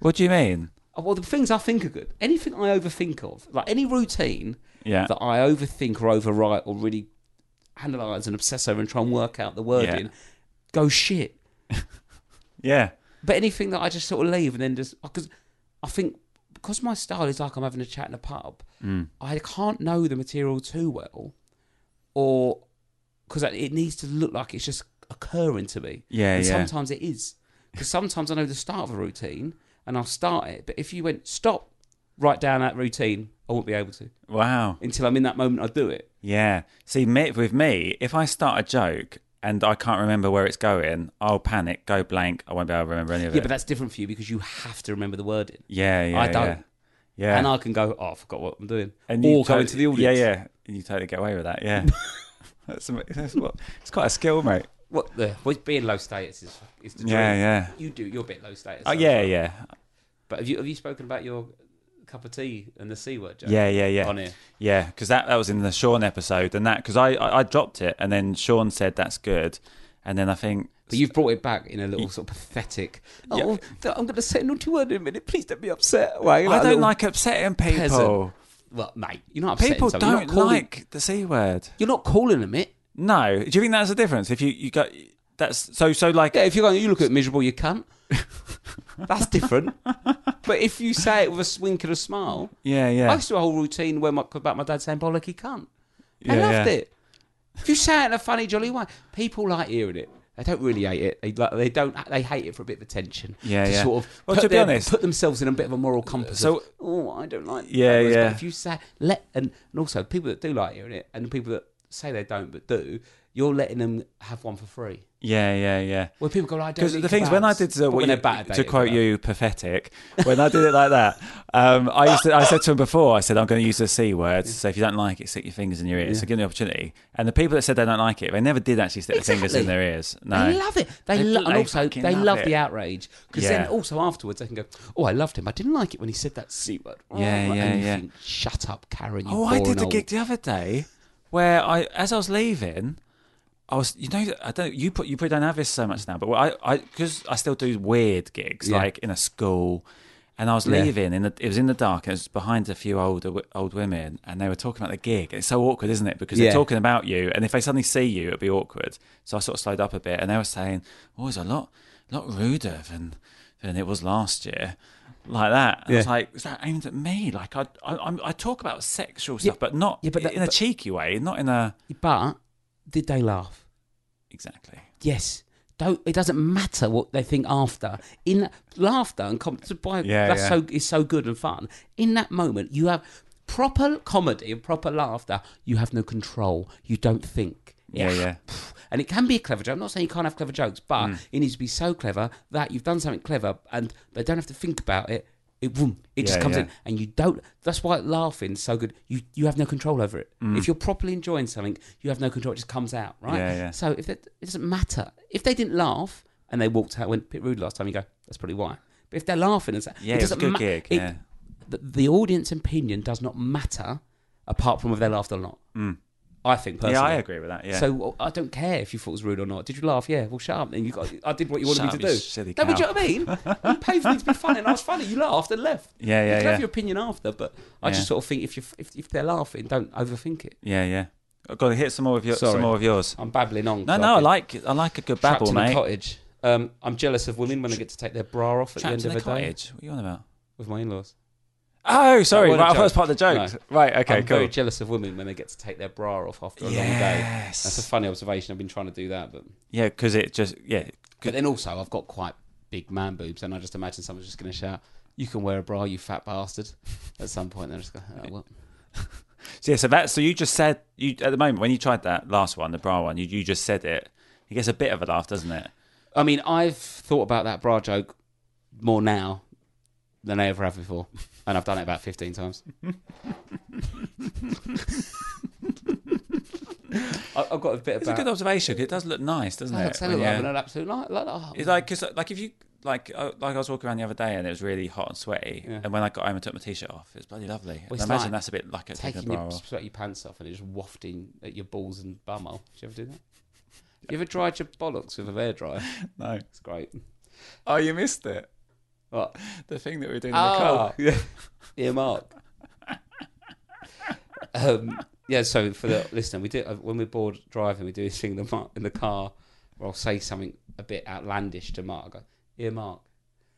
S3: What do you mean?
S5: Oh, Well, the things I think are good. Anything I overthink of, like any routine
S3: Yeah.
S5: that I overthink or overwrite or really analyse and obsess over and try and work out the wording, go shit.
S3: Yeah.
S5: But anything that I just sort of leave and then just because I think because my style is like I'm having a chat in a pub,
S3: Mm.
S5: I can't know the material too well, or because it needs to look like it's just occurring to me.
S3: Yeah,
S5: and
S3: yeah.
S5: Sometimes it is because sometimes I know the start of a routine and I'll start it, but if you went stop, write down that routine, I won't be able to
S3: Wow.
S5: until I'm in that moment. I do it.
S3: Yeah. See, me, with me, if I start a joke and I can't remember where it's going, I'll panic, go blank. I won't be able to remember any of
S5: Yeah,
S3: it.
S5: but that's different for you because you have to remember the wording.
S3: yeah, yeah,
S5: I don't.
S3: Yeah. yeah.
S5: And I can go, oh, I forgot what I'm doing.
S3: And you
S5: or go
S3: totally-
S5: into the audience.
S3: Yeah, yeah. And you totally get away with that. Yeah. that's, am- that's what, it's quite a skill, mate.
S5: What the? Well, being low status is, is the dream.
S3: Yeah, yeah.
S5: You do. You're a bit low status.
S3: Oh,
S5: though,
S3: yeah,
S5: so-
S3: yeah.
S5: But have you have you spoken about your cup of tea and the c word? Joke?
S3: Yeah, yeah, yeah.
S5: On here.
S3: Yeah, because that, that was in the Sean episode, and that because I, I I dropped it, and then Sean said that's good, and then I think
S5: But you've brought it back in a little sort of pathetic.
S3: Yeah.
S5: Oh, th- I'm going to say a naughty word in a minute. Please don't be upset. Way.
S3: I don't
S5: little
S3: like upsetting people.
S5: peasant. Well, mate, you're not upsetting
S3: People
S5: someone. You're
S3: don't
S5: not calling-
S3: like the c word.
S5: You're not calling them it.
S3: No, do you think that's a difference? If you you got that's so so like
S5: Yeah, if you're going, you look at miserable, you cunt. That's different. but if you say it with a swink and a smile,
S3: yeah
S5: I
S3: yeah
S5: used to do a whole routine where my, about my dad saying bollocky cunt. I
S3: Yeah,
S5: loved
S3: yeah.
S5: it. If you say it in a funny, jolly way, people like hearing it. They don't really hate it. They like, they don't. They hate it for a bit of attention.
S3: Yeah,
S5: to
S3: yeah.
S5: Sort of.
S3: Well,
S5: put
S3: to be
S5: their-
S3: honest- Uh,
S5: put themselves in a bit of a moral compass. So,
S3: So-
S5: of, oh, I don't like.
S3: Yeah,
S5: that word."
S3: yeah.
S5: But if you say let and, and also people that do like hearing it and the people that say they don't but do, you're letting them have one for free.
S3: yeah yeah yeah.
S5: Where people go, I don't.
S3: Because
S5: eat
S3: the things when I
S5: kebabs."
S3: did
S5: But
S3: the, what
S5: when
S3: you,
S5: they're battered, they
S3: to
S5: eat
S3: quote
S5: kebabs.
S3: you, pathetic. When I did it like that, um, I used to, I said to him before, I said I'm going to use the c word. So if you don't like it, stick your fingers in your ears. So give them the opportunity. And the people that said they don't like it, they never did actually stick their fingers
S5: Exactly.
S3: in their ears. No,
S5: They love it. They,
S3: They-
S5: lo- and
S3: they
S5: also
S3: fucking
S5: they
S3: love
S5: love,
S3: it.
S5: the outrage because then
S3: Yeah.
S5: also afterwards they can go, "Oh, I loved him. I didn't like it when he said that c word." Oh,
S3: Yeah,
S5: and
S3: yeah,
S5: you
S3: yeah.
S5: think, Shut up, Karen. You
S3: Oh, I did
S5: boring
S3: the
S5: old-"
S3: gig the other day where I, as I was leaving, I was, you know, I don't, you put, you probably don't have this so much now, but I, I, because I still do weird gigs
S5: Yeah.
S3: like in a school, and I was
S5: Yeah.
S3: leaving in the, it was in the dark, and it was behind a few older w- old women, and they were talking about the gig. It's so awkward, isn't it? Because
S5: Yeah.
S3: they're talking about you, and if they suddenly see you, it'd be awkward. So I sort of slowed up a bit, and they were saying, "Oh, it's a lot, lot ruder than than it was last year." Like that, and I was
S5: Yeah.
S3: like, "Is that aimed at me?" Like I, I, I'm- I talk about sexual stuff, but not
S5: yeah, but that-
S3: in a
S5: but-
S3: cheeky way, not in a
S5: But did they laugh?
S3: exactly.
S5: Yes. Don't. It doesn't matter what they think after. In that- laughter and com- so by,
S3: Yeah,
S5: that's
S3: yeah.
S5: so is so good and fun. In that moment, you have proper comedy and proper laughter. You have no control. You don't think. It
S3: Yeah, yeah.
S5: and it can be a clever joke. I'm not saying you can't have
S3: Mm.
S5: clever jokes, but it needs to be so clever that you've done something clever and they don't have to think about it. It, vroom, it just
S3: Yeah,
S5: comes
S3: yeah.
S5: in, and you don't. That's why laughing's so good. You you have no control over it. If you're properly enjoying something, you have no control. It just comes out, right?
S3: Mm. Yeah, yeah.
S5: So if it, it doesn't matter, if they didn't laugh and they walked out, went a bit rude last time, you go, that's probably why. But if they're laughing and so,
S3: Yeah,
S5: it
S3: it was a
S5: doesn't
S3: good
S5: ma-
S3: gig,
S5: it-
S3: yeah.
S5: the, the audience opinion does not matter apart from whether they laughed or not. I think personally.
S3: Mm. Yeah, I agree with that. Yeah.
S5: So I don't care if you thought it was rude or not. Did you laugh? Yeah. Well, shut up. Then you got. I did what you wanted
S3: Shut
S5: me
S3: up,
S5: to do.
S3: you silly
S5: no, but do you
S3: cow.
S5: know what I mean? You paid for me to be funny, and I was funny. You laughed and left.
S3: Yeah, yeah,
S5: You can
S3: yeah.
S5: have your opinion after, but I
S3: Yeah.
S5: just sort of think if you if, if they're laughing, don't overthink it.
S3: yeah, yeah. I've got to hit some more of your, some
S5: Sorry.
S3: more of yours.
S5: I'm babbling on.
S3: No,
S5: 'cause
S3: no, I
S5: I've been
S3: like I like a good
S5: trapped
S3: babble,
S5: in a
S3: mate.
S5: cottage. Um, I'm jealous of women when they get to take their bra off at
S3: Trapped
S5: the
S3: in a
S5: end of a day
S3: cottage. What are you on about?
S5: with my in-laws.
S3: Oh, sorry.
S5: That
S3: Right,
S5: wasn't
S3: I
S5: a
S3: thought it was
S5: joke.
S3: part of the joke.
S5: No.
S3: Right. Okay.
S5: I'm
S3: cool.
S5: very jealous of women when they get to take their bra off after a long day.
S3: Yes.
S5: That's a funny observation. I've been trying to do that, but
S3: yeah, because it just yeah.
S5: But then also, I've got quite big man boobs, and I just imagine someone's just going to shout, "You can wear a bra, you fat bastard!" At some point, they're just going, oh, well.
S3: So, yeah. So that. So you just said you at the moment when you tried that last one, the bra one. You, you just said it. It gets a bit of a laugh, doesn't it?
S5: "I mean, I've thought about that bra joke more now than I ever have before, and I've done it about fifteen times." I- I've got a bit
S3: It's
S5: about.
S3: a good observation. 'cause It does look nice, doesn't
S5: I
S3: it?
S5: look- I look
S3: When, yeah.
S5: like an absolute like, like, oh,
S3: It's like because like if you like I- like I was walking around the other day and it was really hot and sweaty,
S5: Yeah.
S3: and when I got home and took my t-shirt off, it was bloody lovely. and
S5: Well,
S3: I
S5: it's
S3: imagine
S5: like
S3: that's a bit like a taking a
S5: taking
S3: bra
S5: your
S3: off.
S5: sweaty pants off and it's just wafting at your balls and bumhole. Did you ever do that? You ever dried your bollocks with a hair dryer?
S3: No.
S5: It's great.
S4: Oh, you missed it.
S5: What?
S4: The thing that we were doing in the
S5: Oh,
S4: car.
S5: yeah. Earmark. um, yeah, so for the listener, we do uh, when we're bored driving, we do this thing in the, mar- in the car where I'll say something a bit outlandish to Mark. I go, Earmark,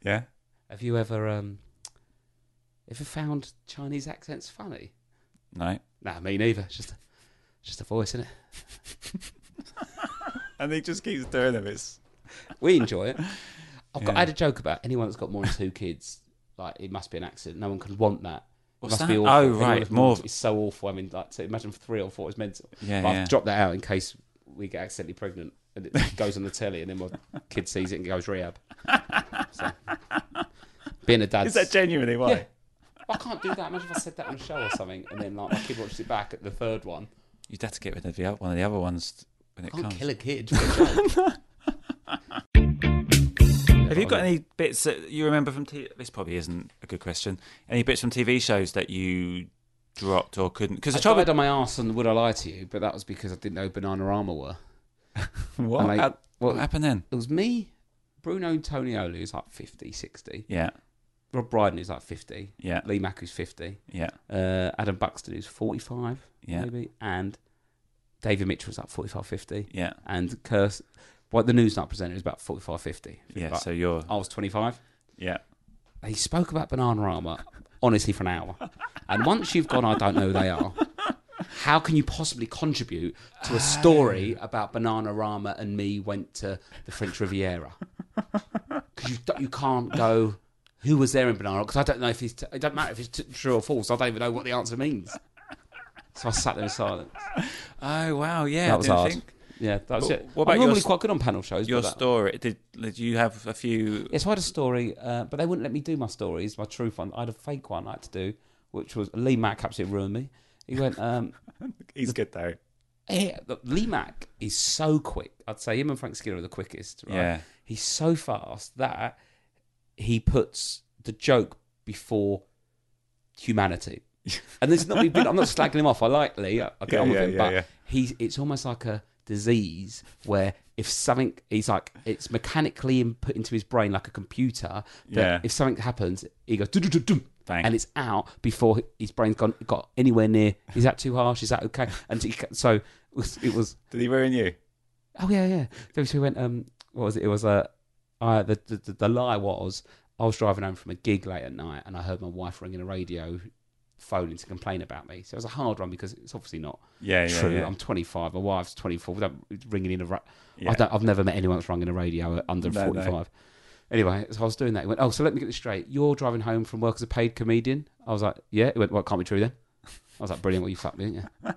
S3: Yeah.
S5: have you ever um, ever found Chinese accents funny?
S3: No.
S5: Nah, me neither. It's just, it's just a voice, isn't it?
S3: And he just keeps doing them. It's
S5: We enjoy it. I've got,
S3: Yeah.
S5: I had a joke about anyone that's got more than two kids. Like it must be an accident. No one can want that. It
S3: What's
S5: must
S3: that?
S5: be awful.
S3: Oh,
S5: Anyone
S3: right,
S5: that's
S3: more-
S5: It's so awful. I mean, like to imagine for three or four, it's mental.
S3: Yeah,
S5: But
S3: yeah.
S5: I've dropped that out in case we get accidentally pregnant and it goes on the telly, and then my kid sees it and goes rehab. So, being a dad,
S3: is that genuinely why?
S5: yeah. I can't do that. Imagine if I said that on a show or something, and then like my kid watches it back at the third one.
S3: You'd have to get rid of the o- one of the other ones when it
S5: I can't
S3: comes.
S5: kill a kid. for a joke.
S3: Have you got any bits that you remember from TV? This probably isn't a good question. Any bits from TV shows that you dropped or couldn't? Because
S5: I
S3: the trouble.
S5: tried on my arse on Would I Lie to You, but that was because I didn't know Banana Rama were.
S3: What?
S5: and I-
S3: hap- what
S5: well-
S3: happened then?
S5: It was me, Bruno Antonioli, who's like 50, 60.
S3: Yeah.
S5: Rob Brydon, who's like 50.
S3: Yeah.
S5: Lee Mack, who's 50.
S3: Yeah.
S5: Uh, Adam Buxton, who's 45,
S3: Yeah.
S5: maybe. And David Mitchell's like 45, 50.
S3: Yeah.
S5: And Curse, what the Newsnight presenter is about 45, 50.
S3: Yeah.
S5: Like, oh.
S3: So you're.
S5: I was 25.
S3: Yeah.
S5: They spoke about Bananarama, honestly, for an hour. And once you've gone, I don't know who they are, how can you possibly contribute to a story about Bananarama and me went to the French Riviera? Because you, don't- you can't go, who was there in Banana? Because I don't know if it's, t- it doesn't matter if it's t- true or false. I don't even know what the answer means. So I sat there in silence.
S3: Oh wow. Yeah.
S5: that was
S3: didn't
S5: hard.
S3: think-
S5: Yeah, that was
S3: But
S5: it.
S3: what
S5: I'm
S3: about your
S5: normally
S3: s-
S5: quite good on panel shows.
S3: Your
S5: but that-
S3: story. Did, did you have a few?
S5: Yes, I had a story, uh, but they wouldn't let me do my stories, my truth one. I had a fake one I had to do, which was Lee Mack absolutely ruined me. He went, um,
S3: He's good though.
S5: eh, look, Lee Mack is so quick. I'd say him and Frank Skinner are the quickest. Right?
S3: Yeah.
S5: He's so fast that he puts the joke before humanity. And this is not me being, I'm not slagging him off. I like Lee. I, I get
S3: Yeah,
S5: on with
S3: yeah,
S5: him,
S3: yeah,
S5: but
S3: yeah.
S5: he's it's almost like a disease where if something he's like it's mechanically in- put into his brain like a computer that
S3: Yeah.
S5: if something happens he goes "Dum, dum, dum, dum,"
S3: Bang.
S5: and it's out before his brain's gone got anywhere near is that too harsh is that okay and he, ca- so it was, it was
S3: Did he ruin you?
S5: Oh yeah, yeah. So we went. Um, what was it? It was uh, I the, the the- the lie was I was driving home from a gig late at night and I heard my wife ringing a radio, phoning to complain about me. So it was a hard one because it's obviously not
S3: Yeah. Yeah.
S5: true.
S3: yeah.
S5: I'm 25. My wife's 24. We don't ringing in a. Ra-
S3: Yeah.
S5: I don't, I've never met anyone that's rung in a radio under
S3: No, no.
S5: 45. Anyway, so I was doing that. He went, "Oh, so let me get this straight. You're driving home from work as a paid comedian." I was like, "Yeah." He went, "Well, it can't be true then." I was like, "Brilliant. Well, you fucked me, didn't you?"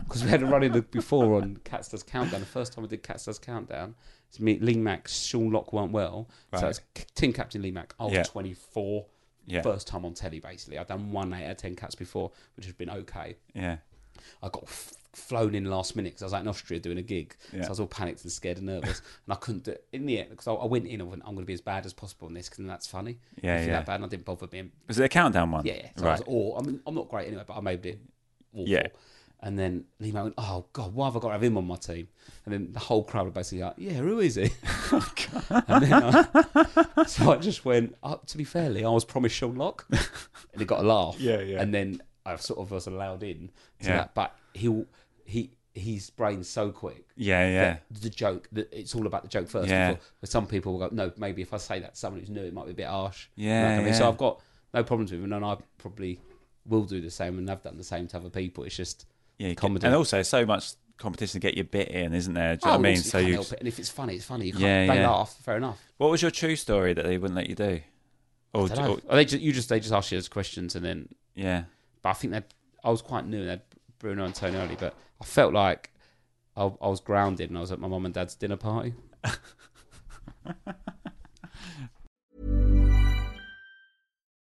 S5: Because we had a run in the- before on Cats Does Countdown. The first time we did Cats Does Countdown, to meet Lee Mack, Sean Lock weren't well.
S3: Right.
S5: So it's Team Captain Lee Mack. I was
S3: Yeah.
S5: 24.
S3: Yeah.
S5: First time on telly, basically. I'd done one eight out of 10 cats before, which has been okay.
S3: Yeah.
S5: I got f- flown in last minute because I was out in Austria doing a gig.
S3: Yeah.
S5: So I was all panicked and scared and nervous. and I couldn't do it. In the end, because I, I went in, I went, I'm going to be as bad as possible on this because that's funny.
S3: Yeah,
S5: If you're
S3: yeah.
S5: that bad, and I didn't bother being.
S3: Was it a countdown one?
S5: Yeah, yeah. So I
S3: right.
S5: was all, I mean, I'm not great anyway, but I made it awful.
S3: Yeah.
S5: And then Lima went, Oh, God, why have I got to have him on my team? And then the whole crowd were basically like, Yeah, who is he?
S3: Oh,
S5: and then I, so I just went, oh, To be fair, Lee, I was promised Sean Lock. and he got a laugh.
S3: Yeah, yeah.
S5: And then I sort of was allowed in to
S3: Yeah.
S5: that. But he, he, his brain's so quick.
S3: Yeah, yeah.
S5: that The joke, that it's all about the joke first.
S3: Yeah.
S5: Before, but some people will go, no, maybe if I say that to someone who's new, it might be a bit harsh. You know
S3: Yeah,
S5: what I mean? So
S3: yeah.
S5: I've got no problems with him, and I probably will do the same, and I've done the same to other people. It's just
S3: Yeah, you can-
S5: comedy.
S3: And also, so much competition to get your bit in, isn't there? Do you
S5: Oh,
S3: know what I mean?
S5: also,
S3: So
S5: can't
S3: you.
S5: help it. and if it's funny, it's funny. You can't,
S3: Yeah,
S5: they
S3: yeah.
S5: laugh. Fair enough.
S3: What was your true story that they wouldn't let you do? Or,
S5: I don't know.
S3: or-
S5: Or they just, you just they just ask you those questions, and then
S3: yeah,
S5: but I think that I was quite new and had Bruno and Tony early, but I felt like I, I was grounded and I was at my mum and dad's dinner party.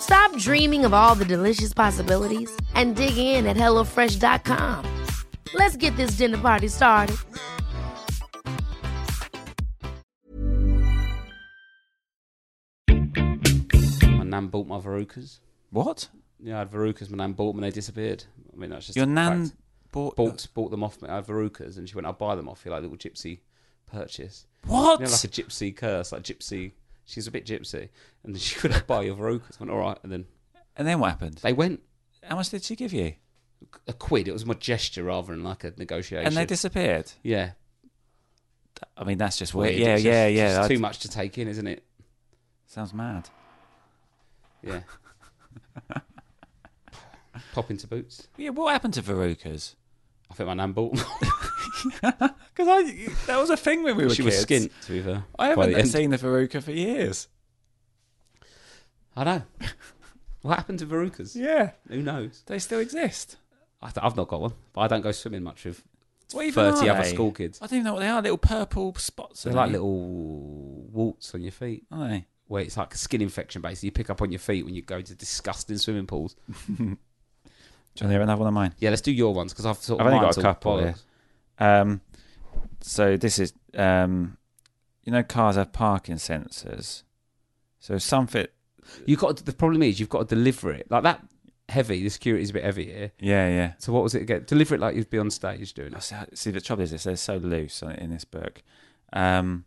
S2: Stop dreaming of all the delicious possibilities and dig in at HelloFresh.com. Let's get this dinner party started.
S5: My nan bought my verrucas.
S3: what?
S5: Yeah, I had verrucas. My nan bought them and they disappeared. I mean, that's just
S3: Your
S5: a
S3: nan
S5: fact.
S3: bought,
S5: bought bought them off me. I had verrucas, and she went, "I'll buy them off you like a little gypsy purchase."
S3: what?
S5: You know, like a gypsy curse, like gypsy. She's a bit gypsy, and then she went, "I'll buy your verrucas." I went, "All right," and then
S3: and then what happened?
S5: they went
S3: How much did she give you?
S5: a quid. It was my gesture rather than like a negotiation.
S3: And they disappeared.
S5: yeah,
S3: I mean, that's just weird.
S5: Weird.
S3: Yeah,
S5: It's
S3: yeah,
S5: just-
S3: yeah.
S5: just
S3: I'd-
S5: too much to take in, isn't it?
S3: Sounds mad.
S5: Yeah. Pop into boots.
S3: Yeah, what happened to Verucas?
S5: I think my nan bought them.
S3: Because I that was a thing when we were
S5: she was
S3: kids.
S5: skint, to be fair.
S3: I
S5: by
S3: haven't
S5: the end.
S3: seen the Veruca for years.
S5: I know. What happened to verrucas?
S3: Yeah,
S5: Who knows?
S3: they still exist.
S5: I th- I've not got one, but I don't go swimming much with.
S3: What even are
S5: 30 other
S3: they?
S5: school kids.
S3: I don't even know what they are. Little purple spots.
S5: They're
S3: aren't
S5: like
S3: they?
S5: little warts on your feet,
S3: Aren't they?
S5: where it's like a skin infection basically you pick up on your feet when you go to disgusting swimming pools.
S3: Do you want to hear another one of mine?
S5: Yeah, let's do your ones because I've sort of.
S3: I've only
S5: mine's
S3: got a
S5: all
S3: couple,
S5: bollocks.
S3: Um, so this is, um, you know, cars have parking sensors. So if something,
S5: You've got to, the problem is you've got to deliver it like that. Heavy. The security's a bit heavy here.
S3: yeah, yeah.
S5: So what was it again? Deliver it like you'd be on stage doing
S3: I
S5: it.
S3: See, see, the trouble is this, they're so loose on- in this book. Um,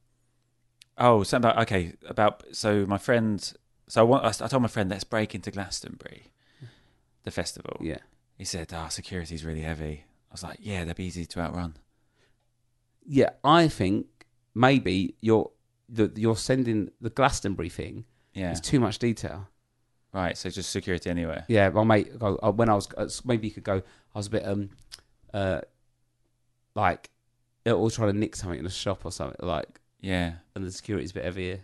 S3: oh, something about, okay, about, so my friend, so I, want, I s- I told my friend, let's break into Glastonbury, the festival.
S5: Yeah.
S3: He said, ah, security's really heavy. I was like, yeah, they'd be easy to outrun.
S5: yeah, I think maybe you're the, you're sending the Glastonbury thing
S3: Yeah.
S5: is too much detail.
S3: Right, so just security anywhere.
S5: Yeah, my mate. go- uh, When I was uh, maybe you could go. I was a bit um, uh, like uh, always trying to nick something in a shop or something like,
S3: Yeah,
S5: and the security's a bit heavier.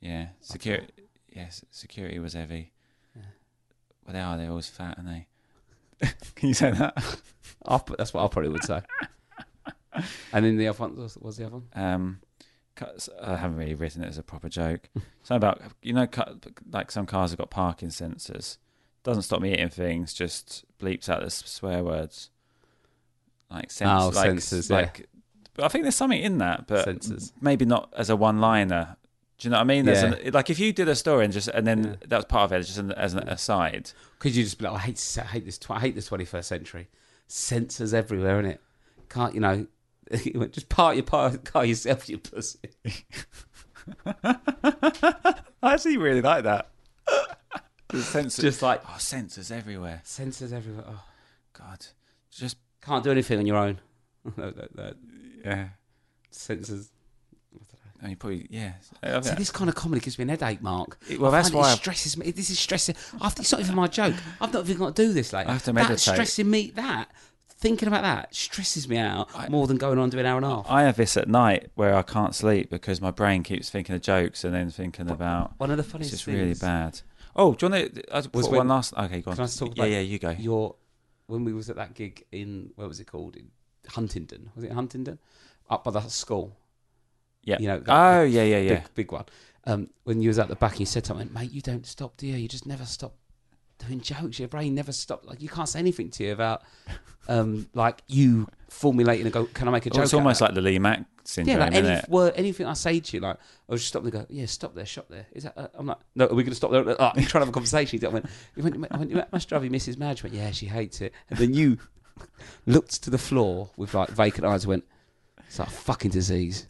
S3: yeah. Security, yes, security was heavy. Well, they are, they're always fat, aren't they? Can you say that?
S5: I'll, put- that's what I probably would say. and then the other one was, was the other one.
S3: Um, cuts- I haven't really written it as a proper joke. Something about you know, cu- like some cars have got parking sensors. Doesn't stop me eating things. Just bleeps out the s- swear words. Like sens-
S5: Oh,
S3: like,
S5: sensors, yeah.
S3: Like, but I think there's something in that, but
S5: Sensors.
S3: maybe not as a one-liner. Do you know what I mean? There's
S5: Yeah.
S3: an, like if you did a story and just and then
S5: Yeah.
S3: that was part of it, just an, as an aside.
S5: Could you just be like, "Oh, I hate, s- I hate this, tw- I hate this 21st century. Sensors everywhere, innit? Can't you know? he went, just part your par- car yourself, you pussy.
S3: I actually really like that. sensors,
S5: Just like-
S3: oh, sensors everywhere.
S5: Sensors everywhere. Oh,
S3: God, just
S5: can't do anything on your own. no, no, no.
S3: yeah.
S5: Sensors.
S3: I mean, probably yeah. I
S5: See,
S3: think-
S5: this kind of comedy gives me an headache, Mark.
S3: It- well,
S5: I
S3: that's
S5: find
S3: why
S5: it
S3: I've-
S5: stresses me. This is stressing. I've, it's not even my joke. I've not even got to do this later.
S3: I have to
S5: That's
S3: meditate.
S5: stressing me. That thinking about that stresses me out more than going on to an hour and a half.
S3: I have this at night where I can't sleep because my brain keeps thinking of jokes and then thinking about
S5: One of the
S3: it's
S5: funniest
S3: just
S5: things
S3: really bad. Oh, do you want to? I
S5: Was
S3: put
S5: when-
S3: one last. Okay, go on.
S5: Can I just talk
S3: yeah,
S5: about
S3: yeah, you go.
S5: Your when we was at that gig in where was it called in Huntingdon? Was it Huntingdon? Up by the school.
S3: yeah.
S5: you know, that-
S3: oh, yeah, yeah, yeah.
S5: Big, big one. Um, when you was at the back, and you said something, mate. You don't stop, do you? You just never stop doing jokes. Your brain never stops. Like you can't say anything to you about, um, like you formulating and go. Can I make a joke?
S3: Well, it's
S5: out of
S3: almost
S5: that?"
S3: like the Lee Mack syndrome,
S5: yeah, like
S3: isn't
S5: any
S3: it?
S5: word, anything I say to you, like I was just stop and go, yeah, stop there, stop there. Is that? Uh, I'm like, no, are we going to stop there? Uh, I'm trying to have a conversation. I went, you went, I went, you must drive you Mrs. Madge. I went, yeah, she hates it. And then you looked to the floor with like vacant eyes. and Went, it's like a fucking disease.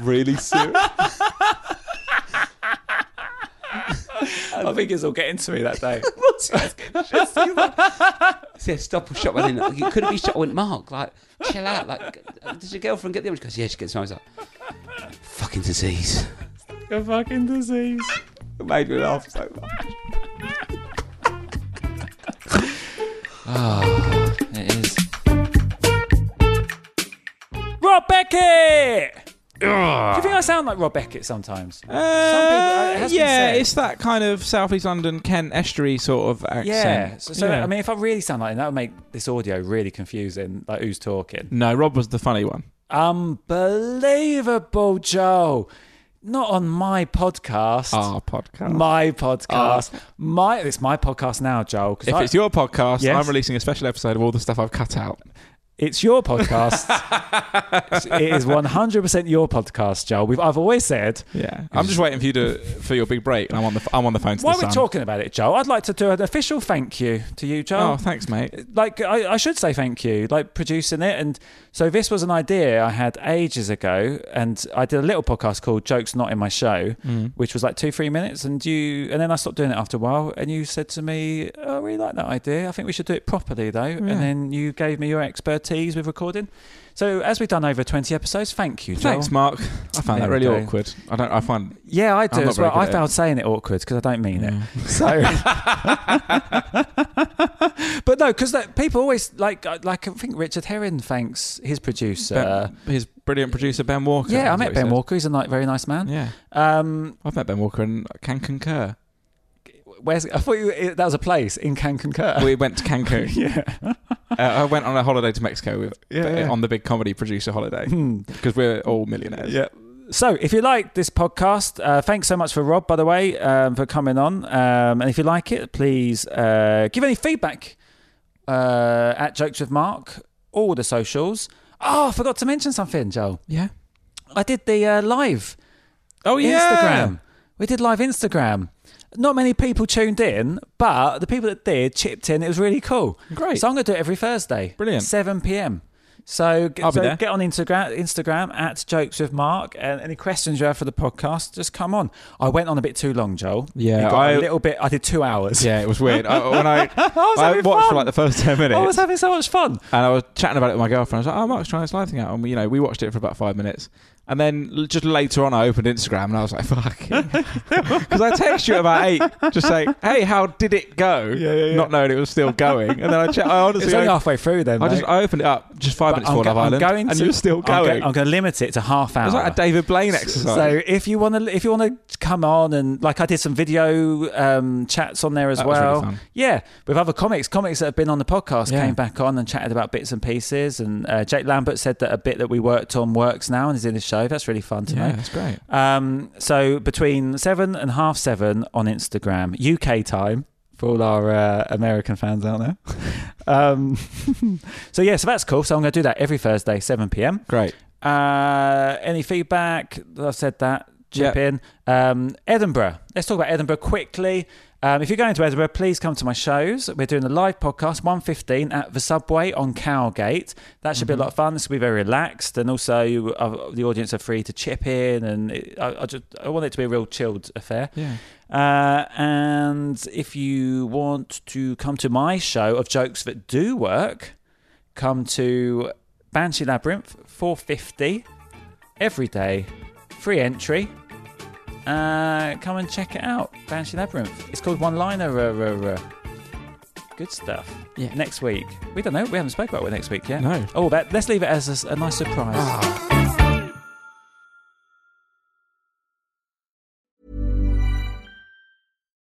S5: really serious.
S3: I think it's all getting to me that day.
S5: yeah, stop or shop. And then you couldn't be shot. I went, Mark, like, chill out. Like, does your girlfriend get the image? She goes, yeah, she gets the I was like, fucking disease.
S3: a fucking disease.
S5: It made me laugh so much. Oh,
S3: It is. Rob Beckett. Do you think I sound like Rob Beckett sometimes?
S4: Uh,
S3: it has been
S4: yeah,
S3: said.
S4: it's that kind of southeast London Kent estuary sort of accent.
S3: Yeah. So, so
S4: Yeah.
S3: I mean, if I really sound like him, that would make this audio really confusing. Like, who's talking?
S4: no, Rob was the funny one.
S3: Unbelievable, Joe. Not on my podcast.
S4: Our podcast.
S3: My podcast. My it's my podcast now, Joel. 'cause
S4: Ah. if
S3: I-
S4: it's your podcast,
S3: Yes.
S4: I'm releasing a special episode of all the stuff I've cut out.
S3: it's your podcast. it is one hundred percent your podcast, Joel. We've I've always said.
S4: Yeah, I'm just waiting for you to for your big break, and I'm on the I'm on the phone to
S3: While
S4: the
S3: we're
S4: sun.
S3: talking about it, Joel, I'd like to do an official thank you to you, Joel.
S4: Oh, thanks, mate.
S3: like I, I should say thank you like producing it and so this was an idea i had ages ago and i did a little podcast called jokes not in my show which was like two three minutes and you and then i stopped doing it after a while and you said to me oh, i really like that idea i think we should do it properly though and then you gave me your expertise with recording so as we've done over 20 episodes thank you Joel.
S4: Thanks, Mark. I found
S3: There
S4: that
S3: we
S4: really
S3: go.
S4: awkward. I don't. I find
S3: yeah i do
S4: I'm not
S3: as well
S4: very
S3: i
S4: good at it. Mm.
S3: found saying it awkward because i don't mean it so, but no, because people always like, uh, like I think Richard Herring thanks his producer.
S4: Ben, his brilliant producer Ben Walker.
S3: yeah, I
S4: that's
S3: met
S4: what he
S3: Ben
S4: said.
S3: Walker. He's a ni- very nice man.
S4: Yeah,
S3: Um,
S4: I've met Ben Walker and can concur.
S3: where's I thought you, that was a place in Cancun.
S4: We went to Cancun.
S3: yeah,
S4: uh, I went on a holiday to Mexico with uh,
S3: Yeah, yeah.
S4: on the big comedy producer holiday because we're all millionaires.
S3: yeah. So, if you like this podcast, uh, thanks so much for Rob, by the way, um, for coming on. Um, and if you like it, please uh, give any feedback uh, at Jokes with Mark, all the socials. Oh, I forgot to mention something, Joel.
S4: Yeah.
S3: I did the uh, live
S4: Oh yeah.
S3: Instagram. We did live Instagram. Not many people tuned in, but the people that did chipped in. It was really cool.
S4: Great.
S3: So I'm going to do it every Thursday.
S4: Brilliant.
S3: 7 p.m. So, g-
S4: I'll be
S3: so
S4: there.
S3: get on Instagram, Instagram at jokes with Mark, and any questions you have for the podcast, just come on. I went on a bit too long, Joel.
S4: Yeah,
S3: You got
S4: I-
S3: a little bit. I did two hours.
S4: Yeah, it was weird. I, when I, I
S3: having
S4: watched for
S3: fun.
S4: like the first ten minutes,
S3: I was having so much fun.
S4: and I was chatting about it with my girlfriend. I was like, "Oh, Mark's trying this live thing out," and we, you know, we watched it for about five minutes, And then l- just later on, I opened Instagram and I was like, fuck. Because I text you at about eight, just saying, hey, how did it go?
S3: Yeah, yeah, yeah.
S4: Not knowing it was still going. And then I, check, I honestly.
S3: It's only
S4: op-
S3: halfway through then.
S4: I just
S3: mate.
S4: I opened it up just five
S3: But
S4: minutes before
S3: go-
S4: Love Island,
S3: going
S4: and
S3: to-
S4: you're still
S3: I'm go-
S4: going.
S3: I'm going to limit it to half hour.
S4: it was like a David Blaine exercise.
S3: So if you want to, if you want to come on and like I did some video um, chats on there as
S4: That was really
S3: well.
S4: fun.
S3: yeah, with other comics, comics that have been on the podcast
S4: Yeah.
S3: came back on and chatted about bits and pieces. And uh, Jake Lambert said that a bit that we worked on works now and is in the show. That's really fun to
S4: yeah,
S3: know.
S4: that's great.
S3: Um, so between seven and half seven on Instagram UK time for all our uh, American fans out there. um, so yeah, so that's cool. So I'm going to do that every Thursday, seven pm.
S4: Great.
S3: Uh, any feedback? I've said that. Chip
S4: Yeah.
S3: in. Um, Edinburgh. Let's talk about Edinburgh quickly. Um, if you're going to Edinburgh, please come to my shows. We're doing a live podcast, 1.15 at the Subway on Cowgate. That should be a lot of fun. This will be very relaxed. And also, uh, the audience are free to chip in. And it, I, I, just, I want it to be a real chilled affair.
S4: Yeah.
S3: Uh, and if you want to come to my show of jokes that do work, come to Banshee Labyrinth 450 every day, free entry. Uh, come and check it out, Banshee Labyrinth. It's called One Liner. uh, Good stuff.
S4: Yeah.
S3: Next week, we don't know. We haven't spoke about it next week yet.
S4: No. Ah.
S3: Oh, that, let's leave it as a s- a, nice surprise.